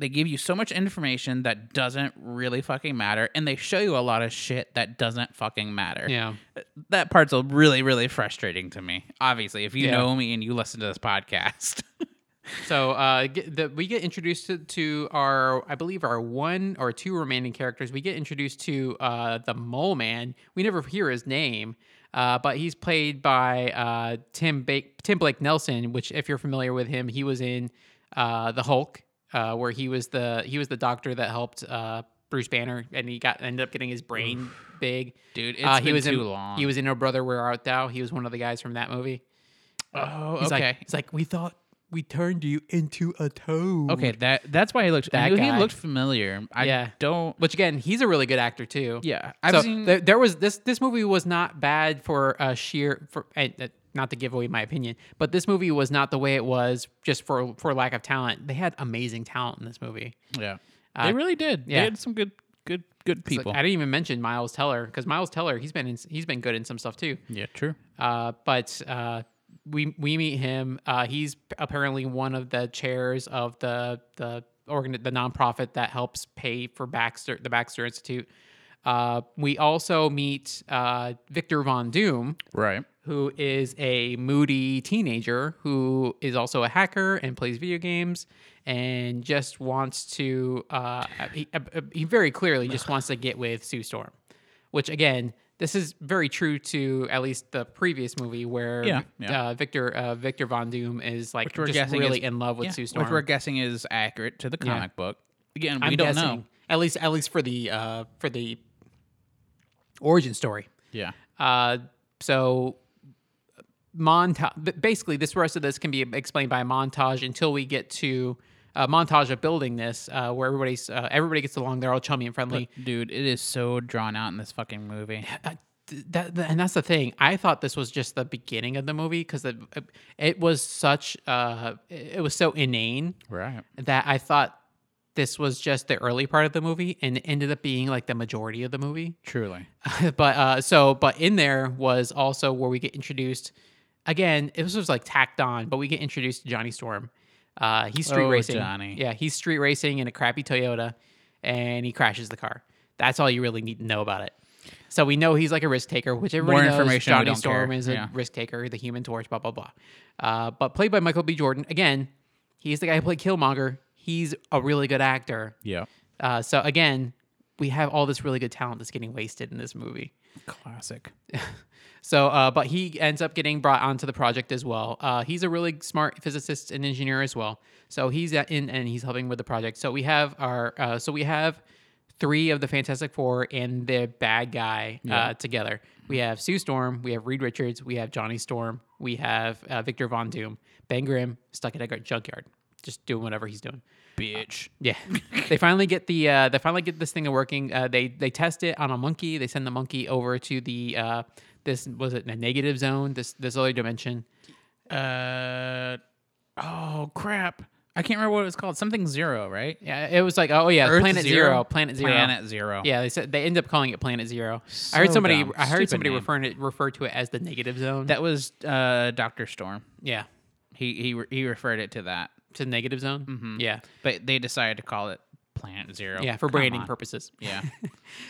they give you so much information that doesn't really fucking matter, and they show you a lot of shit that doesn't fucking matter. Uh,
yeah,
That part's a really, really frustrating to me. Obviously, if you
Yeah.
know me and you listen to this podcast.
So uh, get, the, we get introduced to, to our, I believe, our one or two remaining characters. We get introduced to uh, the Mole Man. We never hear his name, uh, but he's played by uh, Tim ba- Tim Blake Nelson. Which, if you're familiar with him, he was in uh, the Hulk, uh, where he was the he was the doctor that helped uh, Bruce Banner, and he got ended up getting his brain big.
Dude,
it's
it's been too
in,
long.
Uh, He was in Oh Brother, Where Art Thou? He was one of the guys from that movie.
oh,
He's like, he's like, we thought we turned you into a toad.
okay, that that's why he looked. I
That
knew
guy.
he looked familiar. I
Yeah.
don't.
Which again, he's a really good actor too.
Yeah,
i
I've
so
seen-
there, there was this. This movie was not bad for uh, sheer for and, uh, not to give away my opinion, but this movie was not the way it was just for for lack of talent. They had amazing talent in this movie.
Yeah,
Uh,
they really did.
yeah.
They had some good, good, good
It's like-
people.
I didn't even mention Miles Teller because Miles Teller he's been in, he's been good in some stuff too.
yeah, true.
Uh, but uh, we we meet him. Uh, he's apparently one of the chairs of the the organ the nonprofit that helps pay for Baxter the Baxter Institute. Uh, we also meet uh, Victor Von Doom,
Right.
who is a moody teenager who is also a hacker and plays video games and just wants to uh, he, uh, he very clearly just wants to get with sue storm which again this is very true to at least the previous movie where
Yeah, yeah.
Uh, victor uh, victor von doom is like
Which we're
just
guessing
really
is-
in love with
yeah,
sue storm
Which we're guessing is accurate to the
Yeah.
comic book. Again, we
I'm
don't
guessing
know.
at least at least for the uh, for the origin story
Yeah.
uh, so montage. b- Basically, this rest of this can be explained by a montage until we get to a montage of building this, uh, where everybody's uh, everybody gets along. They're all chummy and friendly.
Dude, it is so drawn out in this fucking movie.
Uh, th- that, th- and that's the thing. I thought this was just the beginning of the movie because it, it was such uh, it was so inane
Right.
that I thought this was just the early part of the movie and it ended up being like the majority of the movie.
Truly.
but uh, so but in there was also where we get introduced again. This was like tacked on, but we get introduced to Johnny Storm. Uh, he's street
Oh,
racing.
Johnny.
Yeah, he's street racing in a crappy Toyota, and he crashes the car. That's all you really need to know about it. So we know he's like a risk taker, which everybody
More
knows
information, we
Johnny
don't
Storm
care.
is a
Yeah.
risk taker, the Human Torch, blah blah blah. Uh, but played by Michael B. Jordan again. He's the guy who played Killmonger. He's a really good actor.
Yeah.
Uh, so again, we have all this really good talent that's getting wasted in this movie.
Classic.
So, uh, but he ends up getting brought onto the project as well. Uh, he's a really smart physicist and engineer as well. So he's at- in and he's helping with the project. So we have our, uh, so we have three of the Fantastic Four and the bad guy uh, together. We have Sue Storm, we have Reed Richards, we have Johnny Storm, we have uh, Victor Von Doom, Ben Grimm stuck at a gr- junkyard, just doing whatever he's doing.
Bitch.
Yeah, they finally get the uh, they finally get this thing working. Uh, they they test it on a monkey. They send the monkey over to the uh, this was it a negative zone this this other dimension.
Uh oh crap. I can't remember what it was called. Something zero, right?
Yeah, it was like oh yeah,
Earth
planet zero?
Zero?
planet zero,
Planet Zero.
Yeah, they said they end up calling it planet zero. I heard
So
somebody
dumb.
I heard
Stupid
somebody
name.
referring it refer to it as the negative zone.
That was uh Doctor Storm.
yeah,
He he re- he referred it to that.
to negative zone. Mm-hmm. Yeah,
But they decided to call it Planet Zero.
yeah, for
Oh, Come
branding
on.
purposes.
Yeah.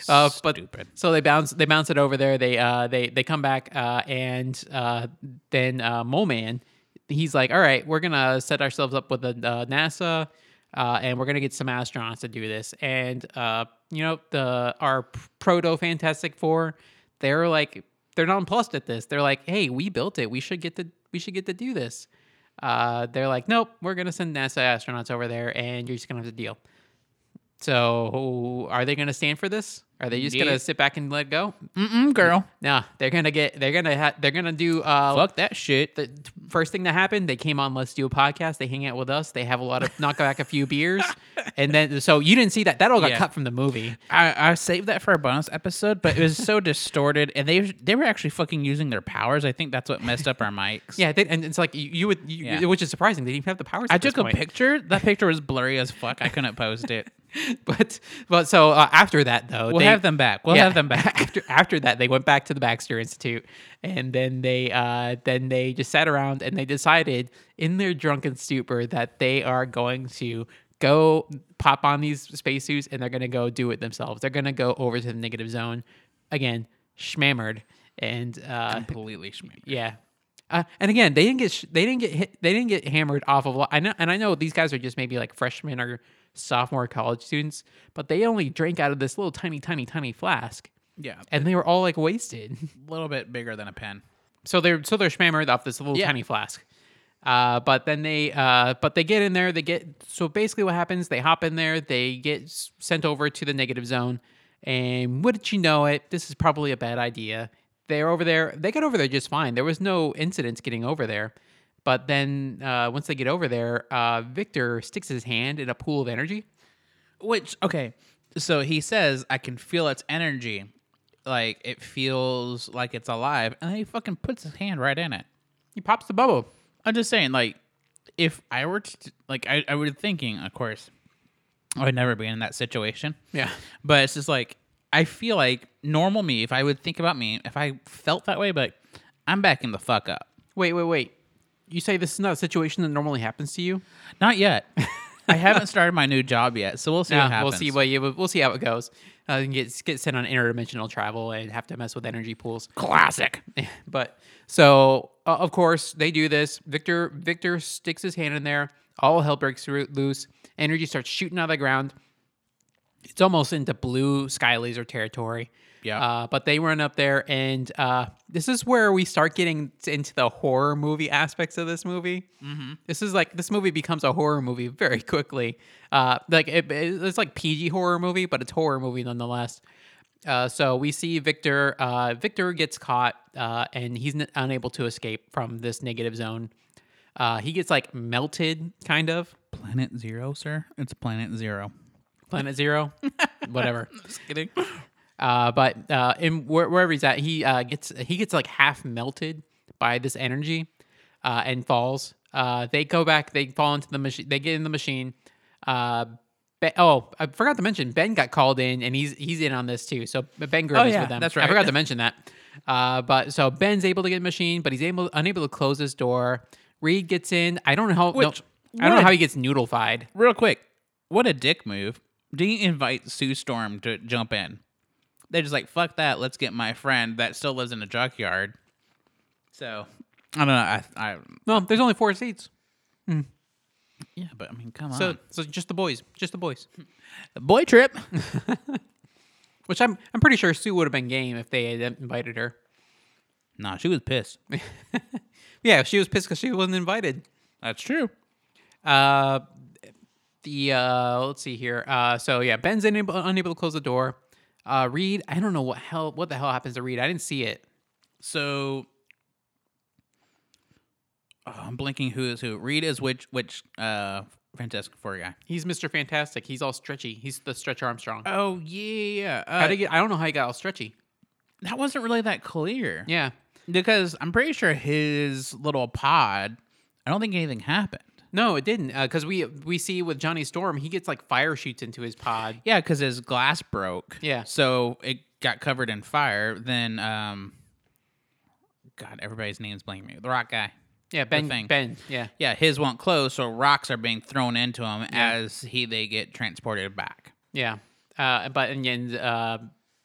Uh, but
Stupid.
so they bounce they bounce it over there. They uh they they come back uh and uh then uh Mole Man he's like, all right, we're gonna set ourselves up with the uh, NASA. Uh, and we're gonna get some astronauts to do this, and uh, you know the our proto Fantastic Four, they're like they're nonplussed at this. They're like, hey, we built it. We should get to we should get to do this. Uh, they're like, nope, we're gonna send NASA astronauts over there, and you're just gonna have to deal. So are they going to stand for this? Are they just going
Yeah.
to sit back and let go?
Mm-mm, girl.
Nah, they're going to get. They're going to. Ha- they're going to do. Uh,
Fuck that shit.
The t- first thing that happened, they came on. Let's do a podcast. They hang out with us. They have a lot of knock back a few beers, and then so you didn't see that. That all got
Yeah.
cut from the movie.
I, I saved that for a bonus episode, but it was so distorted, and they they were actually fucking using their powers. I think that's what messed up our mics.
Yeah, they, and it's like you, you would, you,
Yeah.
which is surprising. They didn't even have the powers.
I
at this
took a
point.
picture. That picture was blurry as fuck. I couldn't post it.
but but so uh, after that though,
We'll
they-
have them back. We'll
Yeah.
have them back.
after after that they went back to the Baxter Institute and then they uh then they just sat around and they decided in their drunken stupor that they are going to go pop on these spacesuits and they're going to go do it themselves. They're going to go over to the negative zone again, schmammered and uh
Completely schmeared.
yeah. Uh, and again, they didn't get sh- they didn't get hit, they didn't get hammered off of. I know, and I know these guys are just maybe like freshmen or sophomore college students, but they only drank out of this little tiny, tiny, tiny flask,
Yeah,
and they were all like wasted.
a little bit bigger than a pen.
So they're so they're spammered off this little
Yeah.
tiny flask. Uh, but then they uh, but they get in there. They get so basically what happens? They hop in there. They get s- sent over to the negative zone. And wouldn't you know it? This is probably a bad idea. They're over there. They got over there just fine. There was no incidents getting over there. But then uh, once they get over there, uh, Victor sticks his hand in a pool of energy.
Which okay, so he says I can feel its energy, like it feels like it's alive, and then he fucking puts his hand right in it.
He pops the bubble.
I'm just saying, like, if I were to, like, I, I were thinking, of course, I would never be in that situation.
Yeah.
But it's just like, I feel like normal me, if I would think about me, if I felt that way, but I'm backing the fuck up.
Wait, wait, wait. You say this is not a situation that normally happens to you?
Not yet. I haven't started my new job yet, so we'll see what
Yeah, we'll
happens.
see what you we'll see how it goes. Uh, you can get get sent on interdimensional travel and have to mess with energy pools.
Classic.
but so uh, of course they do this. Victor Victor sticks his hand in there. All hell breaks roo- loose. Energy starts shooting out of the ground. It's almost into blue sky laser territory.
Yeah.
Uh, but they run up there, and uh, this is where we start getting t- into the horror movie aspects of this movie. Mm-hmm. This is like this movie becomes a horror movie very quickly. Uh, like it, it- it's like PG horror movie, but it's horror movie nonetheless. Uh, so we see Victor. Uh, Victor gets caught, uh, and he's n- unable to escape from this negative zone. Uh, he gets like melted, kind of
Planet Zero, sir. It's Planet Zero.
planet zero, whatever.
Just kidding.
Uh, but uh, in where, wherever he's at, he uh, gets he gets like half melted by this energy, uh, and falls. Uh, they go back. They fall into the machine. They get in the machine. Uh, ben, oh, I forgot to mention Ben got called in, and he's he's in on this too. So Ben Grimm
Oh,
is
yeah,
with them.
that's
I
right.
forgot to mention that. Uh, but so Ben's able to get in the machine, but he's able unable to close his door. Reed gets in. I don't know how. no,
Which-
I don't
what
know
a-
how he gets noodlefied.
Real quick, what a dick move. Do you invite Sue Storm to jump in? They're just like, fuck that. Let's get my friend that still lives in a junkyard. So I don't know. I, I
No, there's only four seats.
yeah, but I mean, come
So
on,
so just the boys, just the boys.
boy trip.
Which I'm I'm pretty sure Sue would have been game if they had invited her.
nah, she was pissed.
Yeah, she was pissed because she wasn't invited.
That's true.
Uh, the uh, let's see here. Uh, so yeah, Ben's unable, unable to close the door. Uh, Reed, I don't know what hell what the hell happens to Reed. I didn't see it.
So oh, I'm blinking. Who is who? Reed is which? Which? Uh, Francesca Four guy.
He's Mr. Fantastic. He's all stretchy. He's the Stretch Armstrong.
Oh yeah.
How
Uh,
did he get, I don't know how he got all stretchy.
that wasn't really that clear.
Yeah.
because I'm pretty sure his little pod. I don't think anything happened.
No, it didn't. Because we we see with Johnny Storm, he gets like fire shoots into his pod.
Yeah, because his glass broke.
Yeah.
so it got covered in fire. Then, um, God, everybody's name's blanking me. The rock guy.
Yeah, Ben.
thing.
Ben. Yeah.
Yeah, his won't close, so rocks are being thrown into him as he they get transported back.
Yeah. Uh, but and, and uh,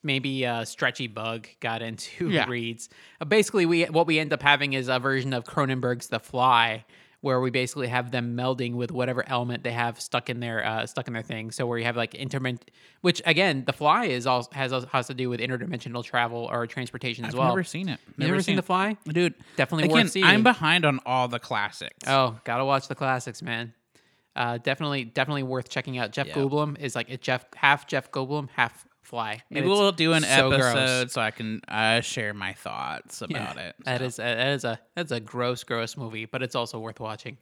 maybe a stretchy bug got into
Yeah.
Reed's. Uh, basically, we what we end up having is a version of Cronenberg's The Fly, where we basically have them melding with whatever element they have stuck in their uh, stuck in their thing. So where you have like interment, which again, The Fly is also has has to do with interdimensional travel or transportation as
I've
well.
never seen it.
You never seen The
it.
Fly?
dude?
Definitely
again,
worth seeing.
I'm behind on all the classics.
Oh, gotta watch the classics, man. Uh, definitely, definitely worth checking out. Jeff
Yeah.
Goldblum is like a Jeff half Jeff Goldblum, half Fly. And
Maybe
it's
we'll do an
so gross.
episode so I can uh, share my thoughts about it.
That is a, that is a that's a gross, gross movie, but it's also worth watching.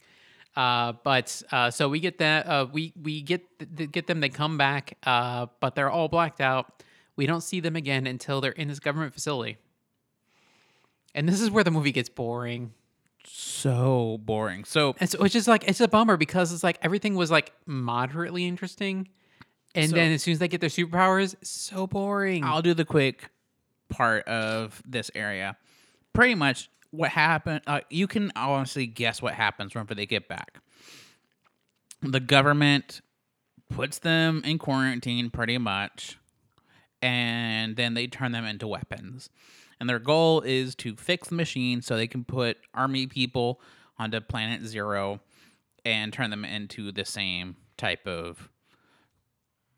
Uh, but uh, so we get that uh, we we get th- th- get them. They come back, uh, but they're all blacked out. We don't see them again until they're in this government facility. And this is where the movie gets boring.
so boring. So
And so, which is like, it's a bummer because it's like everything was like moderately interesting. And
So-
then as soon as they get their superpowers, so boring.
I'll do the quick part of this area. Pretty much what happened, uh, you can honestly guess what happens whenever they get back. The government puts them in quarantine pretty much, and then they turn them into weapons. And their goal is to fix the machine so they can put army people onto Planet Zero and turn them into the same type of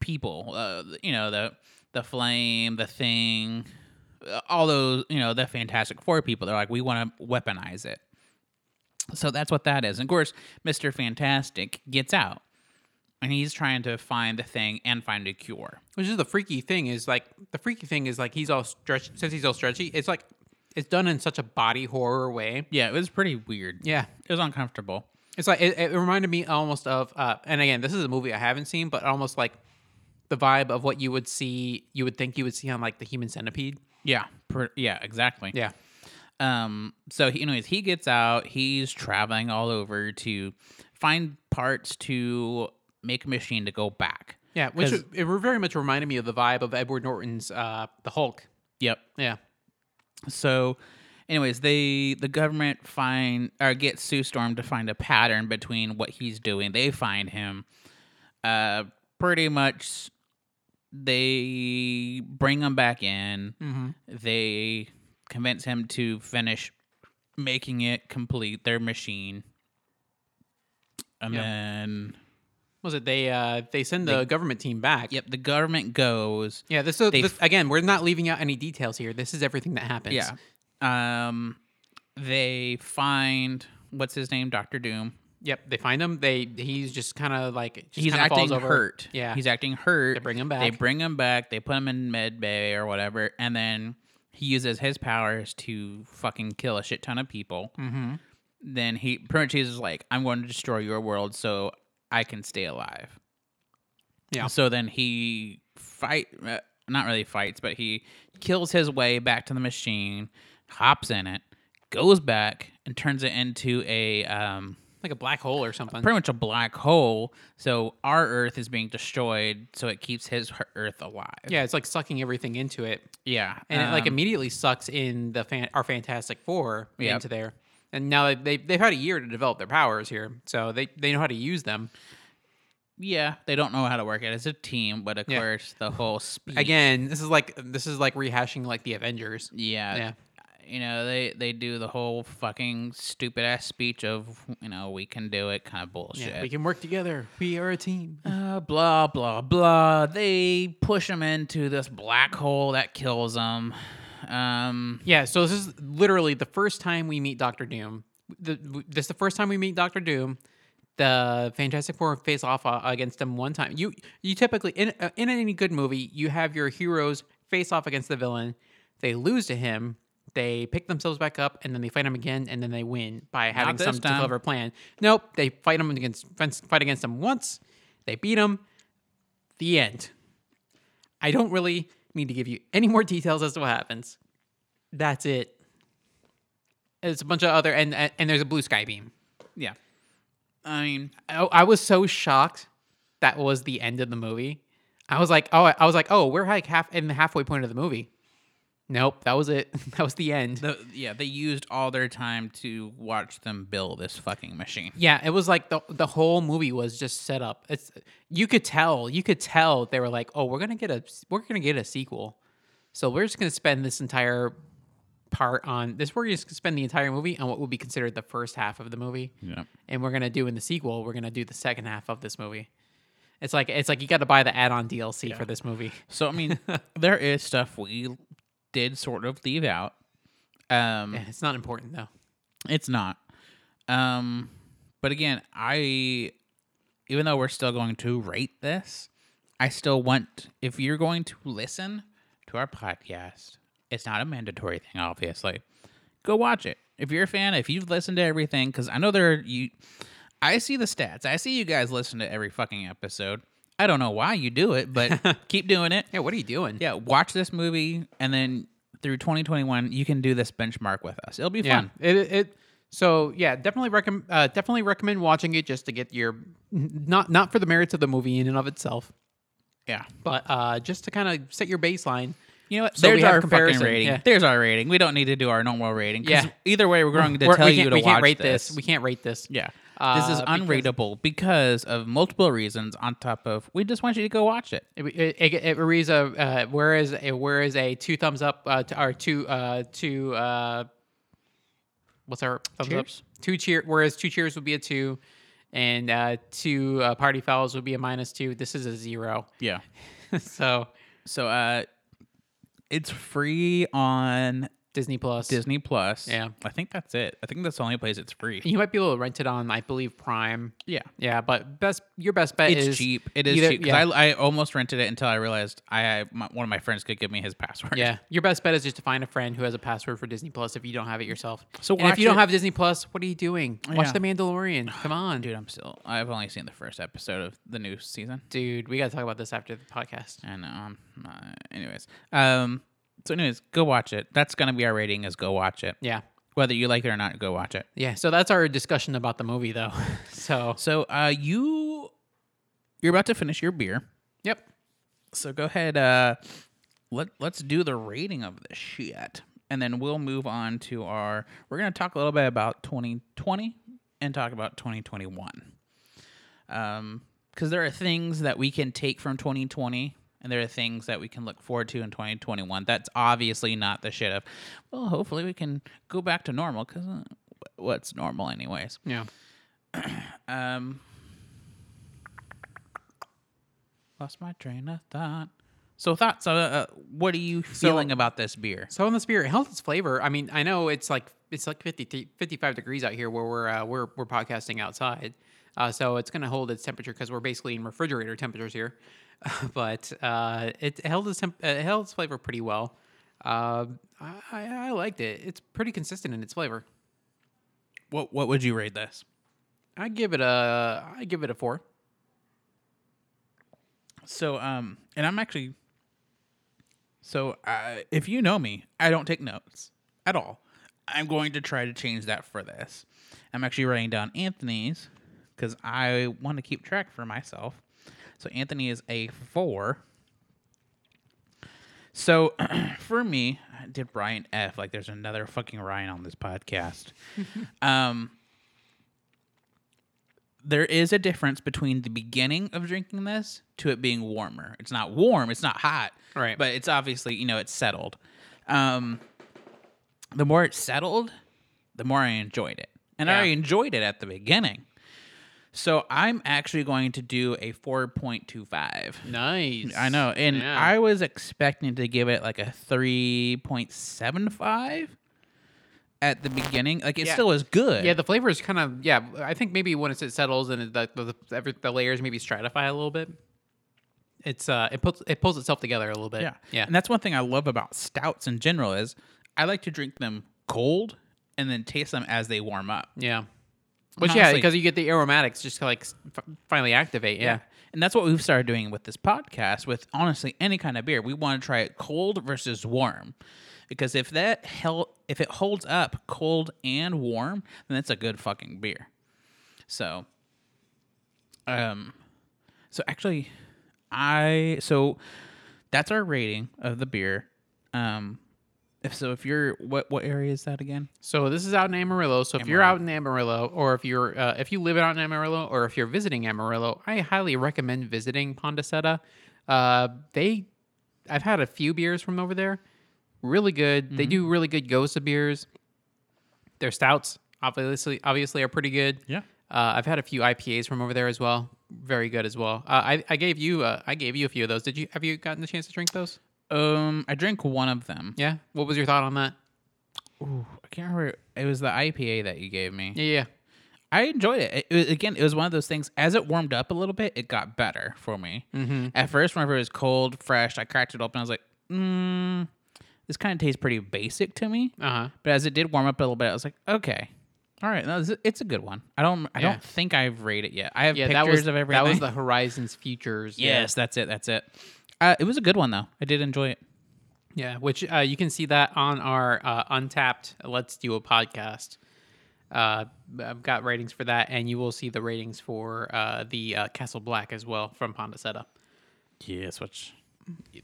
people. Uh, you know the the flame, the thing, uh, all those. You know the Fantastic Four people. They're like, we want to weaponize it. So that's what that is. And of course, Mister Fantastic gets out, and he's trying to find the thing and find a cure.
which is the freaky thing is like, the freaky thing is like he's all stretched, since he's all stretchy, it's like, it's done in such a body horror way.
Yeah, it was pretty weird.
Yeah.
it was uncomfortable.
It's like, it, it reminded me almost of, uh, and again, this is a movie I haven't seen, but almost like the vibe of what you would see, you would think you would see on like the human centipede.
Yeah, per, yeah, exactly.
Yeah.
Um, so he, anyways, he gets out. He's traveling all over to find parts to make a machine to go back.
Yeah. Which
'Cause-
it, it very much reminded me of the vibe of Edward Norton's uh, The Hulk.
Yep.
Yeah.
So, anyways, they the government find or get Sue Storm to find a pattern between what he's doing. They find him, uh, pretty much they bring him back in. They convince him to finish making it complete their machine. And
Yeah.
then,
Was it they? Uh, they send the government team back.
yep, the government goes.
Yeah. This, so
They
this, again, we're not leaving out any details here. This is everything that happens.
Yeah. Um, they find what's his name, Doctor Doom.
Yep. They find him. They he's just kind of like just
he's
kinda
acting
falls over.
hurt.
Yeah.
he's acting hurt.
They bring him
They
back.
bring him back. They put him in med bay or whatever, and then he uses his powers to fucking kill a shit ton of people.
Mm-hmm.
Then he pretty much he's just like, "I'm going to destroy your world so I can stay alive."
Yeah.
So then he fight, uh, not really fights, but he kills his way back to the machine, hops in it, goes back, and turns it into a um,
Like a black hole or something.
pretty much a black hole. So our Earth is being destroyed, so it keeps his h- Earth alive.
yeah. It's like sucking everything into it,
yeah,
and it like
um,
immediately sucks in the fan, our Fantastic Four
Yep.
into there. And now they- they they've had a year to develop their powers here, so they they know how to use them.
yeah, they don't know how to work it as a team, but of
Yeah.
course the whole speech
Again, this is like this is like rehashing like the Avengers.
Yeah.
Yeah.
You know, they they do the whole fucking stupid ass speech of, you know, we can do it kind of bullshit.
Yeah, we can work together. We are a team.
uh, blah blah blah. They push him into this black hole that kills him. Um
Yeah, so this is literally the first time we meet Doctor Doom. The, w- this is the first time we meet Doctor Doom. The Fantastic Four face off uh, against him one time. You you typically in uh, in any good movie you have your heroes face off against the villain. They lose to him. They pick themselves back up and then they fight him again and then they win by having
this
some
time.
clever plan. Nope, they fight him against fight against him once. They beat him. The end. I don't really need to give you any more details as to what happens. That's it. It's a bunch of other and and and there's a blue sky beam.
yeah. I mean,
I, I was so shocked that was the end of the movie. I was like, oh, I was like, oh, we're like half in the halfway point of the movie. Nope, that was it. That was the end.
the, yeah, they used all their time to watch them build this fucking machine.
Yeah, it was like the the whole movie was just set up. It's you could tell, you could tell they were like, "Oh, we're gonna get a we're gonna get a sequel, so we're just gonna spend this entire part on this. We're just gonna spend the entire movie on what would be considered the first half of the movie,
Yeah.
and we're gonna do in the sequel, we're gonna do the second half of this movie. It's like it's like you got to buy the add on DLC for this movie.
So I mean, there is stuff we did sort of leave out. Um
Yeah, it's not important though.
It's not. Um, but again, I even though we're still going to rate this, I still want if you're going to listen to our podcast, it's not a mandatory thing, obviously. Go watch it. If you're a fan, if you've listened to everything, because I know there are, you I see the stats. I see you guys listen to every fucking episode. I don't know why you do it, but keep doing it.
Yeah, what are you doing?
Yeah, watch this movie and then through 2021, you can do this benchmark with us. It'll be
yeah,
fun.
It, it so yeah, definitely recommend uh, definitely recommend watching it just to get your not not for the merits of the movie in and of itself,
Yeah.
but uh, just to kind of set your baseline.
You know what?
So we
There's
have
our fucking
comparison,
rating.
yeah.
There's our rating. We don't need to do our normal rating. 'cause
Yeah.
Either way, we're going to
We're-
tell
we
you
can't-
to
we
watch
can't rate
this.
We can't rate this.
yeah. this is
Uh, because-
unrateable because of multiple reasons. On top of, we just want you to go watch it.
It, it, it, it reads a uh, where is a where is a two thumbs up uh, to, or two uh, two uh, what's our thumbs
Cheers?
up two cheer whereas two cheers would be a two and uh, two uh, party fouls would be a minus two. This is a zero.
Yeah.
so
So, uh, it's free on
Disney Plus.
Disney Plus.
Yeah.
I think that's it. I think that's the only place it's free.
You might be able to rent it on, I believe, Prime.
Yeah.
Yeah, but best your best bet
It's
is
cheap. It is
either-
cheap. 'cause
Yeah,
I, I almost rented it until I realized I my, one of my friends could give me his password.
yeah, your best bet is just to find a friend who has a password for Disney Plus if you don't have it yourself.
So
and if
watch
you don't
it-
have Disney Plus, what are you doing? Watch
Yeah.
The Mandalorian. Come on, dude.
Dude, I'm still. I've only seen the first episode of the new season.
Dude, we gotta talk about this after the podcast.
And um, uh, anyways, um, so anyways, go watch it. That's gonna be our rating. Is go watch it.
Yeah,
Whether you like it or not, go watch it.
yeah. So that's our discussion about the movie, though. so
So, uh, you, you're about to finish your beer.
yep,
So go ahead. Uh, let let's do the rating of this shit, and then we'll move on to our. We're gonna talk a little bit about 2020 and talk about 2021. Um, because there are things that we can take from 2020 and there are things that we can look forward to in 2021 that's obviously not the shit of well hopefully we can go back to normal because what's normal anyways
Yeah.
um lost my train of thought so thoughts uh, uh, what are you feeling about this beer
So in the spirit, it held its flavor. I mean, I know it's like it's like 50, 55 degrees out here where we're uh, we're we're podcasting outside, uh, so it's gonna hold its temperature because we're basically in refrigerator temperatures here. but uh, it held its temp- uh, it held its flavor pretty well. Uh, I, I I liked it. It's pretty consistent in its flavor.
what what would you rate this
I give it a I give it a four.
So, um, and I'm actually, so uh, if you know me, I don't take notes at all. I'm going to try to change that for this. I'm actually writing down Anthony's because I want to keep track for myself. So Anthony is a four. So for me, I did Ryan F. Like there's another fucking Ryan on this podcast. um, there is a difference between the beginning of drinking this to it being warmer. It's not warm, it's not hot,
Right.
But it's obviously you know it's settled. Um, the more it settled, the more I enjoyed it, and I
Yeah.
enjoyed it at the beginning. So I'm actually going to do a four point two five.
Nice.
I know. And
Yeah.
I was expecting to give it like a 3.75 at the beginning. Like it
Yeah.
still is good.
Yeah, the flavor is kind of yeah. I think maybe once it settles and it- the the, the, every, the layers maybe stratify a little bit, it's uh it puts it pulls itself together a little bit.
yeah.
yeah,
And that's one thing I love about stouts in general is I like to drink them cold and then taste them as they warm up.
yeah. Which yeah,
Honestly-
because you get the aromatics just to like s- f- finally activate. Yeah.
And that's what we've started doing with this podcast with honestly any kind of beer. We want to try it cold versus warm. Because if that held if it holds up cold and warm, then it's a good fucking beer. So um so actually I so that's our rating of the beer. Um if so if you're what what area is that again?
So this is out in Amarillo. So if you're out in Amarillo, or if you're uh, if you live out in Amarillo, or if you're visiting Amarillo, I highly recommend visiting Pondicetta. Uh, they, I've had a few beers from over there. Really good. They do really good goza beers. Their stouts obviously obviously are pretty good.
Yeah.
Uh, I've had a few IPAs from over there as well. Very good as well. Uh, I, I gave you uh, I gave you a few of those. Did you have you gotten the chance to drink those?
Um I drank one of them.
Yeah. What was your thought on that?
Ooh, I can't remember. It was the IPA that you gave me.
Yeah. Yeah.
I enjoyed it. It- it- Again, it was one of those things. As it warmed up a little bit, it got better for me. Mm-hmm. At first, whenever it was cold, fresh, I cracked it open. I was like, mm, "This kind of tastes pretty basic to me."
Uh huh.
But as it did warm up a little bit, I was like, "Okay, all right, no, this- it's a good one." I don't, I
Yeah.
don't think I've rated it yet. I have
Yeah,
pictures
that was
of everything.
that was the Horizons Futures. yeah.
yes, that's it, that's it. Uh, it was a good one though. I did enjoy it.
yeah, which uh, you can see that on our uh, Untapped Let's Do a Podcast. Uh, I've got ratings for that, and you will see the ratings for uh, the uh, Castle Black as well from Pondicetta.
Yes, which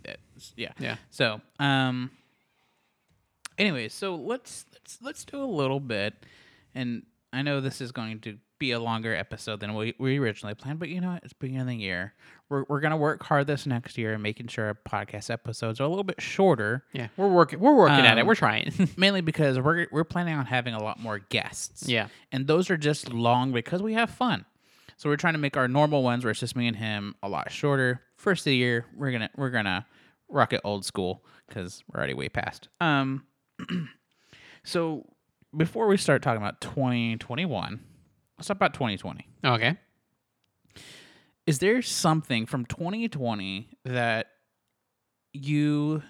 that's, yeah.
Yeah.
So, um anyway, so let's let's let's do a little bit and I know this is going to be a longer episode than we, we originally planned, but you know what? It's beginning of the year. We're, we're gonna work hard this next year and making sure our podcast episodes are a little bit shorter.
Yeah, we're working. We're working at it.
Um,
We're trying.
Mainly because we're we're planning on having a lot more guests.
Yeah.
And those are just long because we have fun. So we're trying to make our normal ones where it's just me and him a lot shorter. First of the year, we're gonna we're gonna rock it old school because we're already way past. Um so before we start talking about twenty twenty one, let's talk about twenty twenty.
okay.
Is there something from 2020 that you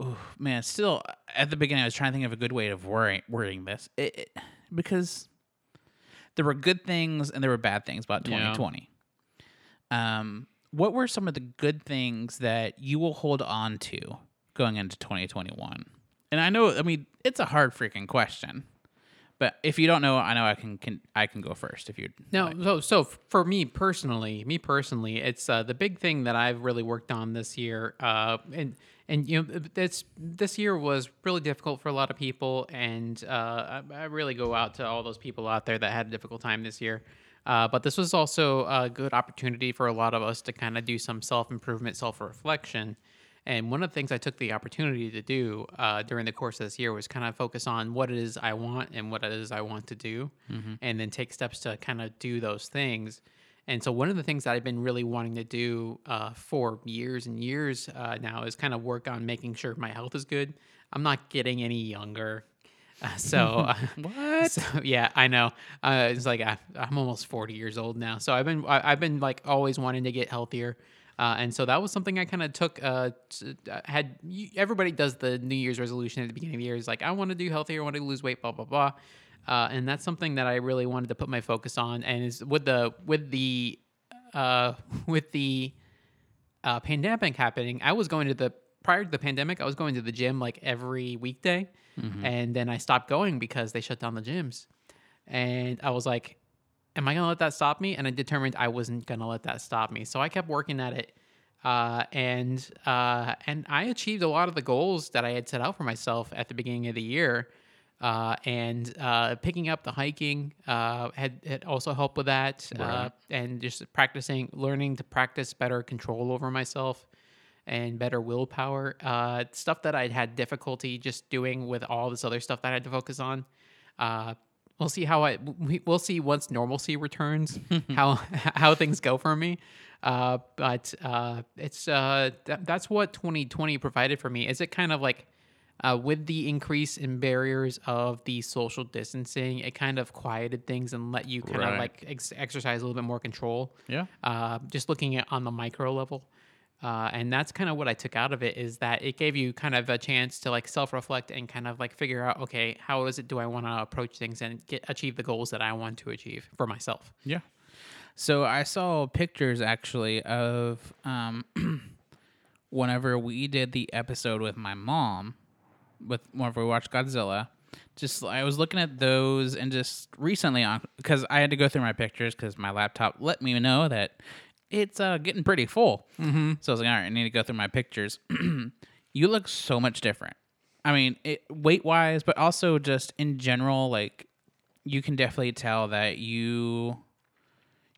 Ooh, man, still at the beginning I was trying to think of a good way of wording, wording this. It, it- because there were good things and there were bad things about
Yeah.
2020. Um what were some of the good things that you will hold on to going into 2021? And I know, I mean, it's a hard freaking question. But if you don't know, I know I can, can I can go first if you
No, so so f- for me personally, me personally, it's uh, the big thing that I've really worked on this year. Uh, and and you know, this this year was really difficult for a lot of people, and uh, I, I really go out to all those people out there that had a difficult time this year. Uh, but this was also a good opportunity for a lot of us to kind of do some self improvement, self reflection. And one of the things I took the opportunity to do uh, during the course of this year was kind of focus on what it is I want and what it is I want to do, and then take steps to kind of do those things. And so, one of the things that I've been really wanting to do uh, for years and years uh, now is kind of work on making sure my health is good. I'm not getting any younger. Uh, so, uh, what? So, yeah, I know. Uh, it's like I, I'm almost 40 years old now. So, I've been, I, I've been like always wanting to get healthier. Uh, and so that was something I kind of took. Uh, t- uh, had you, everybody does the New Year's resolution at the beginning of the year is like, I want to do healthier, I want to lose weight, blah blah blah, uh, and that's something that I really wanted to put my focus on. And is with the with the uh, with the uh, pandemic happening, I was going to the prior to the pandemic, I was going to the gym like every weekday, and then I stopped going because they shut down the gyms, and I was like, "Am I gonna let that stop me?" And I determined I wasn't gonna let that stop me, so I kept working at it, uh, and uh, and I achieved a lot of the goals that I had set out for myself at the beginning of the year. Uh, and uh, picking up the hiking uh, had, had also helped with that, uh, and just practicing, learning to practice better control over myself and better willpower. Uh, stuff that I'd had difficulty just doing with all this other stuff that I had to focus on. Uh, we'll see how I we- we'll see once normalcy returns how how things go for me. Uh, but uh, it's uh, tha- that's what 2020 provided for me. Is it kind of like uh, with the increase in barriers of the social distancing, it kind of quieted things and let you kind of
Right.
like ex- exercise a little bit more control
Yeah.
uh, just looking at on the micro level. Uh, and that's kind of what I took out of it is that it gave you kind of a chance to like self reflect and kind of like figure out, okay, how is it do I want to approach things and get, achieve the goals that I want to achieve for myself?
Yeah. So I saw pictures actually of um, whenever we did the episode with my mom, with whenever we watched Godzilla. Just I was looking at those and just recently on because I had to go through my pictures because my laptop let me know that it's uh, getting pretty full. Mm-hmm. So I was like, all right, I need to go through my pictures. you look so much different. I mean, it, weight wise, but also just in general, like you can definitely tell that you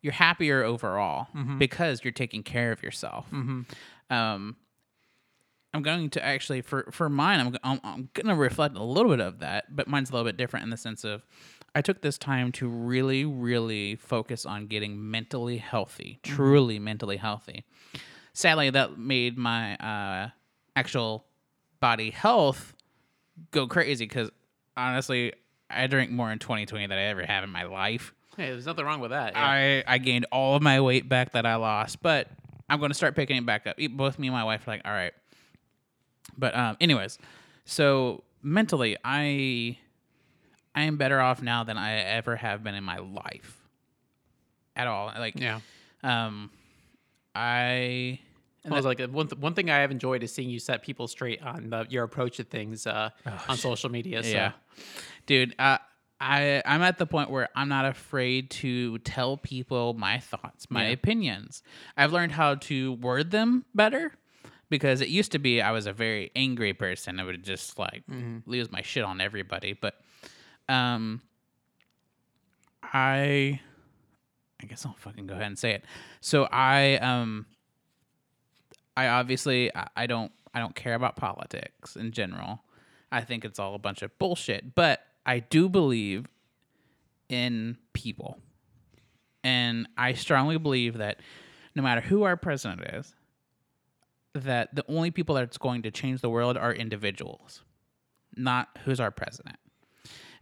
you're happier overall because you're taking care of yourself. Um, I'm going to actually for for mine, I'm I'm, I'm going to reflect a little bit of that, but mine's a little bit different in the sense of I took this time to really, really focus on getting mentally healthy, truly mentally healthy. Sadly, that made my uh, actual body health go crazy because honestly, I drank more in 2020 than I ever have in my life.
Hey, there's nothing wrong with that.
I, I gained all of my weight back that I lost, but I'm going to start picking it back up. E- Both me and my wife are like, all right. But um, anyways, so mentally, I I am better off now than I ever have been in my life, at all. Like,
yeah.
um, I
I was like one, th- one thing I have enjoyed is seeing you set people straight on the, your approach to things uh, on social media. So.
Oh, Yeah, dude. Uh, I I'm at the point where I'm not afraid to tell people my thoughts, my opinions. I've learned how to word them better because it used to be I was a very angry person. I would just like lose my shit on everybody. But um, I I guess I'll fucking go ahead and say it. So I um I obviously I, I don't I don't care about politics in general. I think it's all a bunch of bullshit, but I do believe in people. And I strongly believe that no matter who our president is, that the only people that's going to change the world are individuals, not who's our president.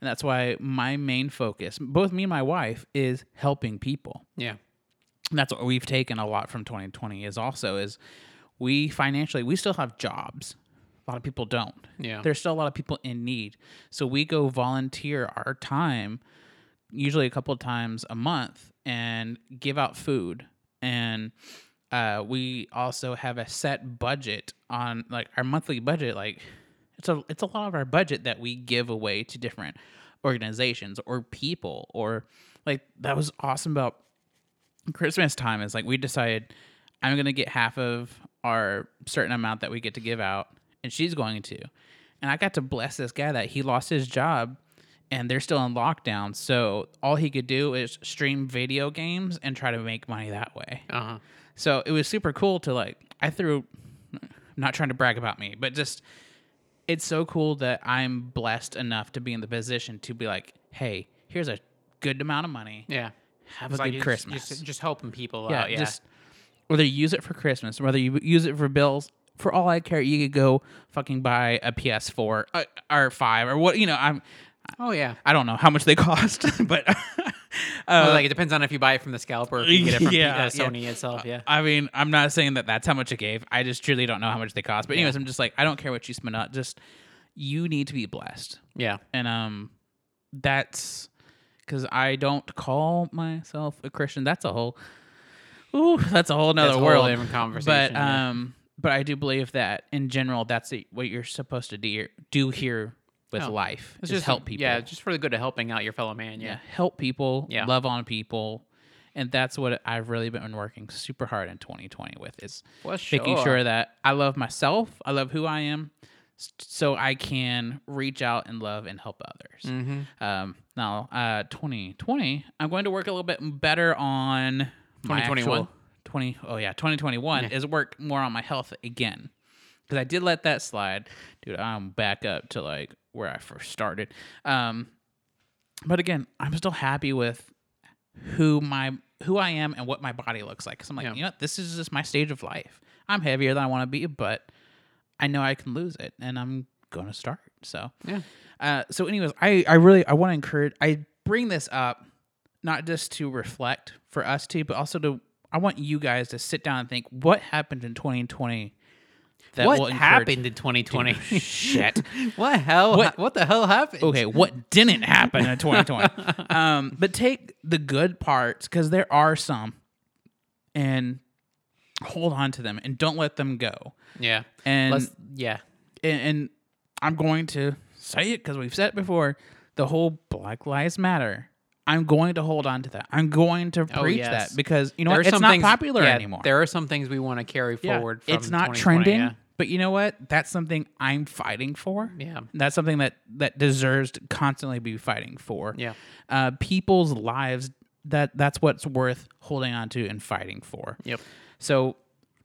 And that's why my main focus, both me and my wife, is helping people.
Yeah.
And that's what we've taken a lot from 2020 is also is we financially we still have jobs a lot of people don't
Yeah.
there's still a lot of people in need so we go volunteer our time usually a couple of times a month and give out food and uh, we also have a set budget on like our monthly budget like it's a it's a lot of our budget that we give away to different organizations or people or like that was awesome about Christmas time is like we decided I'm gonna get half of our certain amount that we get to give out, and she's going to. And I got to bless this guy that he lost his job and they're still in lockdown. So all he could do is stream video games and try to make money that way.
Uh-huh.
So it was super cool to like I threw I'm not trying to brag about me, but just it's so cool that I'm blessed enough to be in the position to be like, hey, here's a good amount of money.
Yeah.
Have
It's
a
like
good
you're just-
Christmas.
Just, just helping people
yeah,
out. Yeah.
just whether you use it for Christmas, whether you use it for bills, for all I care, you could go fucking buy a PS4 uh, or five or what you know. I'm
oh yeah.
I don't know how much they cost, but
Well, like it depends on if you buy it from the scalper, or if you get it from P-
Uh, Yeah,
uh,
yeah.
Sony itself. Yeah.
I mean, I'm not saying that that's how much it gave. I just truly don't know how much they cost. But anyways, I'm just like, I don't care what you spend on. Just you need to be blessed,
Yeah.
and um, that's because I don't call myself a Christian. That's a whole, ooh, that's a whole
That's
nother
a whole
world.
different
but
conversation. yeah.
um, but I do believe that in general, that's the, what you're supposed to do do here with
Oh,
life.
It's
Just, help people.
Yeah, just for the good of helping out your fellow man.
yeah
Yeah.
help people
Yeah.
love on people and that's what i've really been working super hard in 2020 with is
Well,
making
sure.
sure that i love myself i love who i am s- so i can reach out and love and help others um, now uh, 2020 i'm going to work a little bit better on my
2021?
actual 20 oh yeah 2021 is work more on my health again because I did let that slide, dude. I'm back up to like where I first started. Um, but again, I'm still happy with who my who I am and what my body looks like. Because I'm like,
Yeah.
you know, what? this is just my stage of life. I'm heavier than I want to be, but I know I can lose it, and I'm gonna start. So
Yeah.
uh, so, anyways, I I really I want to encourage. I bring this up not just to reflect for us too, but also to I want you guys to sit down and think what happened in 2020 that
what
will encourage-
happened in 2020?
Shit.
what hell? What,
What-
the hell happened?
okay, what didn't happen in 2020? um, but take the good parts because there are some, and hold on to them and don't let them go.
Yeah.
And
Let's, yeah.
and, and I'm going to say it because we've said it before. The whole Black Lives Matter. I'm going to hold on to that. I'm going to
Oh,
preach
yes.
that because you know what?
There are
it's
some
not
things-
popular
yeah,
anymore.
There are some things we want to carry
Yeah,
forward. From
it's not
2020,
trending,
Yeah.
but you know what? That's something I'm fighting for.
Yeah.
that's something that that deserves to constantly be fighting for.
Yeah.
uh, people's lives. That that's what's worth holding on to and fighting for.
Yep.
So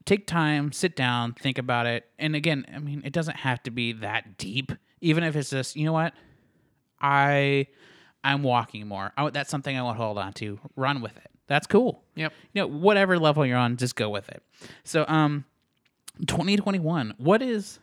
take time, sit down, think about it. And again, I mean, it doesn't have to be that deep. Even if it's just, you know what, I I'm walking more. I, that's something I want to hold on to. Run with it. That's cool.
Yep.
You know, whatever level you're on, just go with it. So, um, 2021. What is?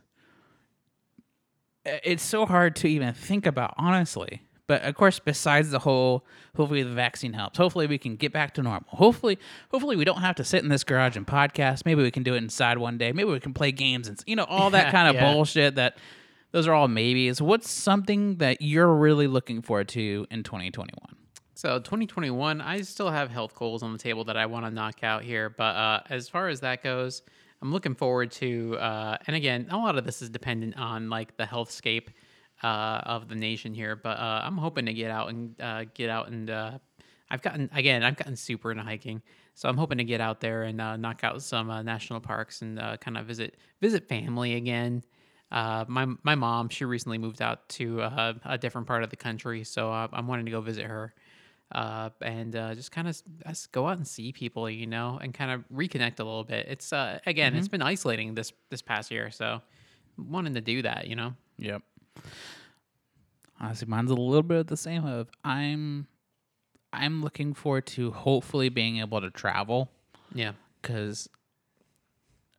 It's so hard to even think about, honestly. But of course, besides the whole, hopefully the vaccine helps. Hopefully we can get back to normal. Hopefully, hopefully we don't have to sit in this garage and podcast. Maybe we can do it inside one day. Maybe we can play games and you know all that kind of
Yeah.
bullshit. That those are all maybes. What's something that you're really looking forward to in 2021?
So 2021, I still have health goals on the table that I want to knock out here. But uh, as far as that goes, I'm looking forward to, uh, and again, a lot of this is dependent on like the healthscape uh, of the nation here. But uh, I'm hoping to get out and uh, get out and uh, I've gotten again, I've gotten super into hiking, so I'm hoping to get out there and uh, knock out some uh, national parks and uh, kind of visit visit family again. Uh, my my mom, she recently moved out to uh, a different part of the country, so uh, I'm wanting to go visit her uh, and uh, just kind of go out and see people, you know, and kind of reconnect a little bit. It's uh, again, it's been isolating this this past year, so wanting to do that, you know.
Yep. Honestly, mine's a little bit of the same. Of I'm, I'm looking forward to hopefully being able to travel
Yeah,
because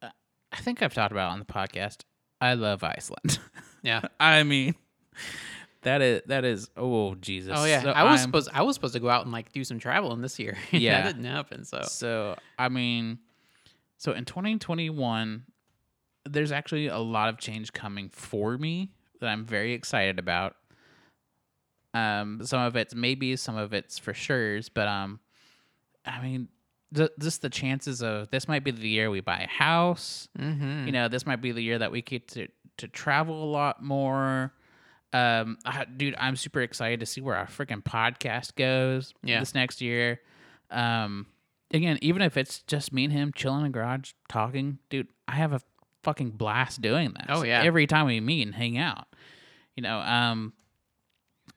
I think I've talked about it on the podcast. I love Iceland.
yeah.
I mean, that is that is oh Jesus.
Oh yeah,
So
I was
I'm-
supposed I was supposed to go out and like do some traveling this year.
Yeah.
that didn't happen. So
So I mean, so in 2021, there's actually a lot of change coming for me that I'm very excited about. Um, some of it's maybe, some of it's for sure's, but um, I mean, th- just the chances of this might be the year we buy a house.
mm-hmm.
You know, this might be the year that we get to to travel a lot more. Um, I- dude, I'm super excited to see where our freaking podcast goes
Yeah.
this next year. Um, again, even if it's just me and him chilling in the garage talking, dude, I have a fucking blast doing this.
Oh, yeah.
every time we meet and hang out, you know. Um,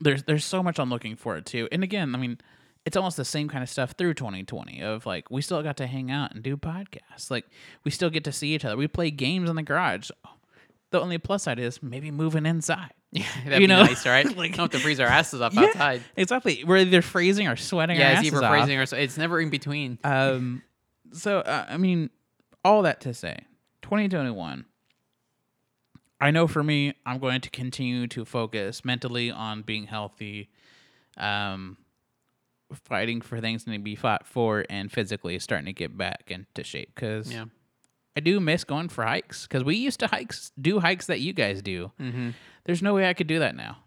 there's there's so much I'm looking forward to. And again, I mean, it's almost the same kind of stuff through 2020 of like we still got to hang out and do podcasts. Like we still get to see each other. We play games in the garage. The only plus side is maybe moving inside.
Yeah, that'd
You
be
know,
nice, right?
like-
Don't have to freeze our asses off
Yeah,
outside.
exactly. We're either freezing or sweating. our
Yeah, it's
asses
either
off.
freezing or so. It's never in between.
Um, so uh, I mean, all that to say, 2021. I know for me, I'm going to continue to focus mentally on being healthy, um, fighting for things that need to be fought for, and physically starting to get back into shape. Because
yeah.
I do miss going for hikes. Because we used to hikes do hikes that you guys do.
Mm-hmm.
There's no way I could do that now.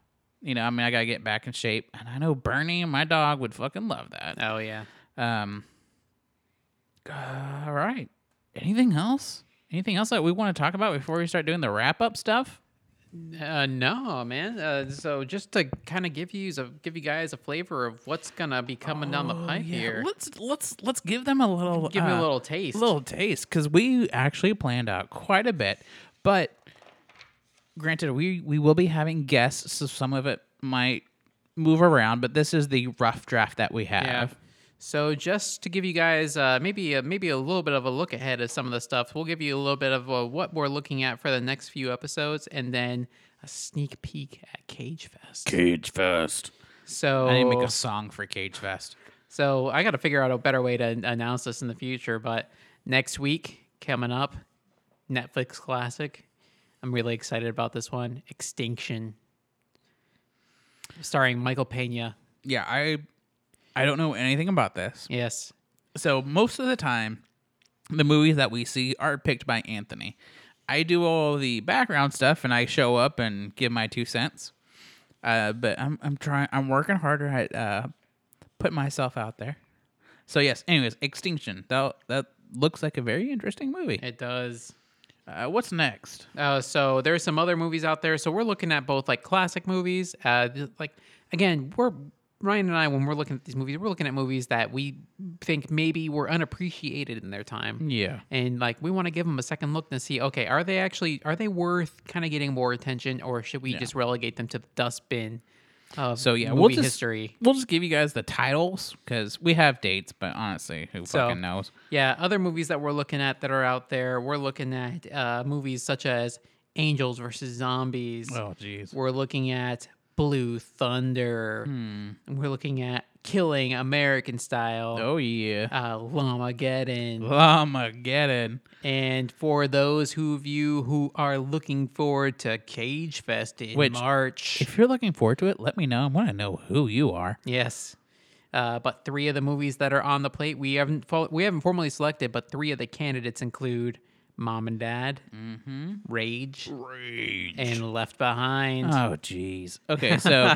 You know, I mean, I gotta get back in shape, and I know Bernie and my dog would fucking love that.
Oh yeah.
Um. All right. Anything else? Anything else that we want to talk about before we start doing the wrap up stuff?
Uh, no, man. Uh, so just to kind of give you a, give you guys a flavor of what's gonna be coming down the pipe here.
Let's let's let's give them a little
Give me
Oh, uh,
a little taste.
little taste because we actually planned out quite a bit, but granted, we we will be having guests, so some of it might move around. But this is the rough draft that we have.
Yeah. So just to give you guys uh, maybe a, maybe a little bit of a look ahead of some of the stuff, we'll give you a little bit of uh, what we're looking at for the next few episodes, and then a sneak peek at Cage Fest.
Cage Fest.
So
I need to make a song for Cage Fest.
So I got to figure out a better way to an- announce this in the future. But next week, coming up, Netflix classic. I'm really excited about this one Extinction, starring Michael Pena.
Yeah, I I don't know anything about this.
Yes.
so most of the time the movies that we see are picked by anthony i do all the background stuff and i show up and give my two cents uh, but i'm, I'm trying i'm working harder at uh, putting myself out there so yes anyways extinction that, that looks like a very interesting movie
It does.
uh, what's next
Uh, so there's some other movies out there. So we're looking at both like classic movies. Uh, th- like again, we're Ryan and I when we're looking at these movies, we're looking at movies that we think maybe were unappreciated in their time.
Yeah.
and like we want to give them a second look to see, okay, are they actually are they worth kind of getting more attention, or should we just relegate them to the dustbin? Of
so yeah
movie
we'll just
history.
we'll just give you guys the titles because we have dates but honestly who
So-
fucking knows
Yeah, other movies that we're looking at that are out there. We're looking at uh, movies such as Angels versus Zombies.
jeez
We're looking at Blue Thunder.
Hmm.
And We're looking at Killing American Style,
oh yeah
uh, Llamageddon.
Lamageddon.
And for those who of you who are looking forward to Cage Fest in
Which-
March,
If you're looking forward to it, let me know. I want to know who you are.
yes. Uh, but three of the movies that are on the plate we haven't fo- we haven't formally selected, but three of the candidates include Mom and Dad,
Mm-hmm.
Rage, and Left Behind.
Oh, jeez. Okay, so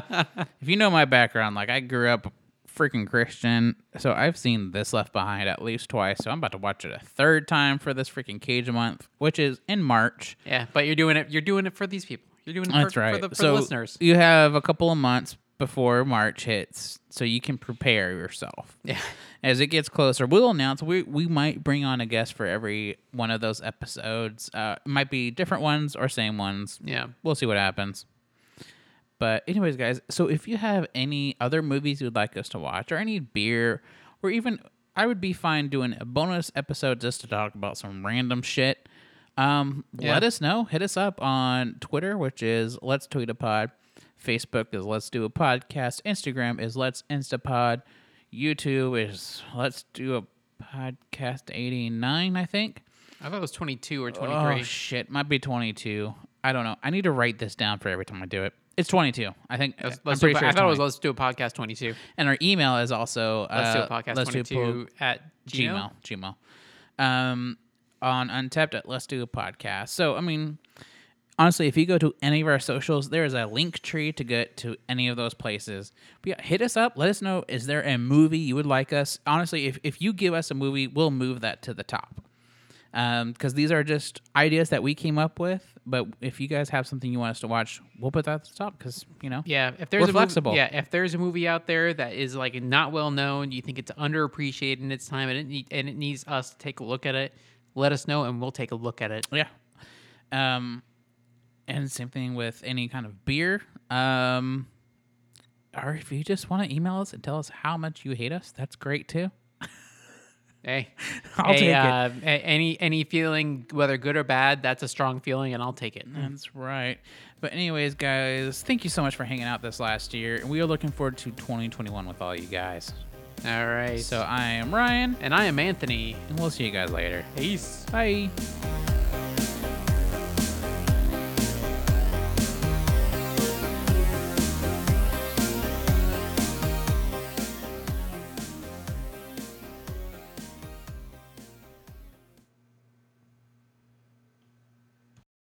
if you know my background, like I grew up freaking Christian, so I've seen this Left Behind at least twice. So I'm about to watch it a third time for this freaking Cage month, which is in March.
Yeah, but you're doing it. You're doing it for these people. You're doing it
That's
for,
right.
for the for
so
the listeners.
you have a couple of months before March hits, so you can prepare yourself.
Yeah.
As it gets closer, we'll announce. We we might bring on a guest for every one of those episodes. Uh, it might be different ones or same ones.
Yeah.
We'll see what happens. But anyways, guys. So if you have any other movies you'd like us to watch, or any beer, or even I would be fine doing a bonus episode just to talk about some random shit. Um,
Yeah.
let us know. Hit us up on Twitter, which is Let's Tweet a Pod. Facebook is Let's Do a Podcast. Instagram is Let's Instapod. YouTube is Let's Do a Podcast 89, I think.
I thought it was 22 or 23.
Oh, shit. Might be 22. I don't know. I need to write this down for every time I do it. It's 22. I think.
Let's-
I'm
let's do
pretty
a-
sure
I
it's
thought it was
20.
let's do a podcast 22.
And our email is also
Let's do
uh,
a podcast
let's do a
22
po-
at Gmail.
Gmail. Gmail. Um, on Untapped at Let's Do a Podcast. So, I mean, honestly, if you go to any of our socials, there is a link tree to get to any of those places. But yeah, hit us up. Let us know is there a movie you would like us? Honestly, if, if you give us a movie, we'll move that to the top. Because these are just ideas that we came up with. But if you guys have something you want us to watch, we'll put that at the top because, you know.
Yeah, if there's a
flexible.
Movie, yeah, if there's a movie out there that is like not well known, you think it's underappreciated in its time, and it need, and it needs us to take a look at it, let us know, and we'll take a look at it.
Yeah. Um, and same thing with any kind of beer. Um, or if you just want to email us and tell us how much you hate us, that's great too.
Hey,
I'll
hey,
take it.
uh, a- Any any feeling, whether good or bad, that's a strong feeling, and I'll take it.
That's right. But anyways, guys, thank you so much for hanging out this last year, and we are looking forward to 2021 with all you guys.
All right.
So I am Ryan,
and I am Anthony.
and we'll see you guys later.
Peace.
Bye.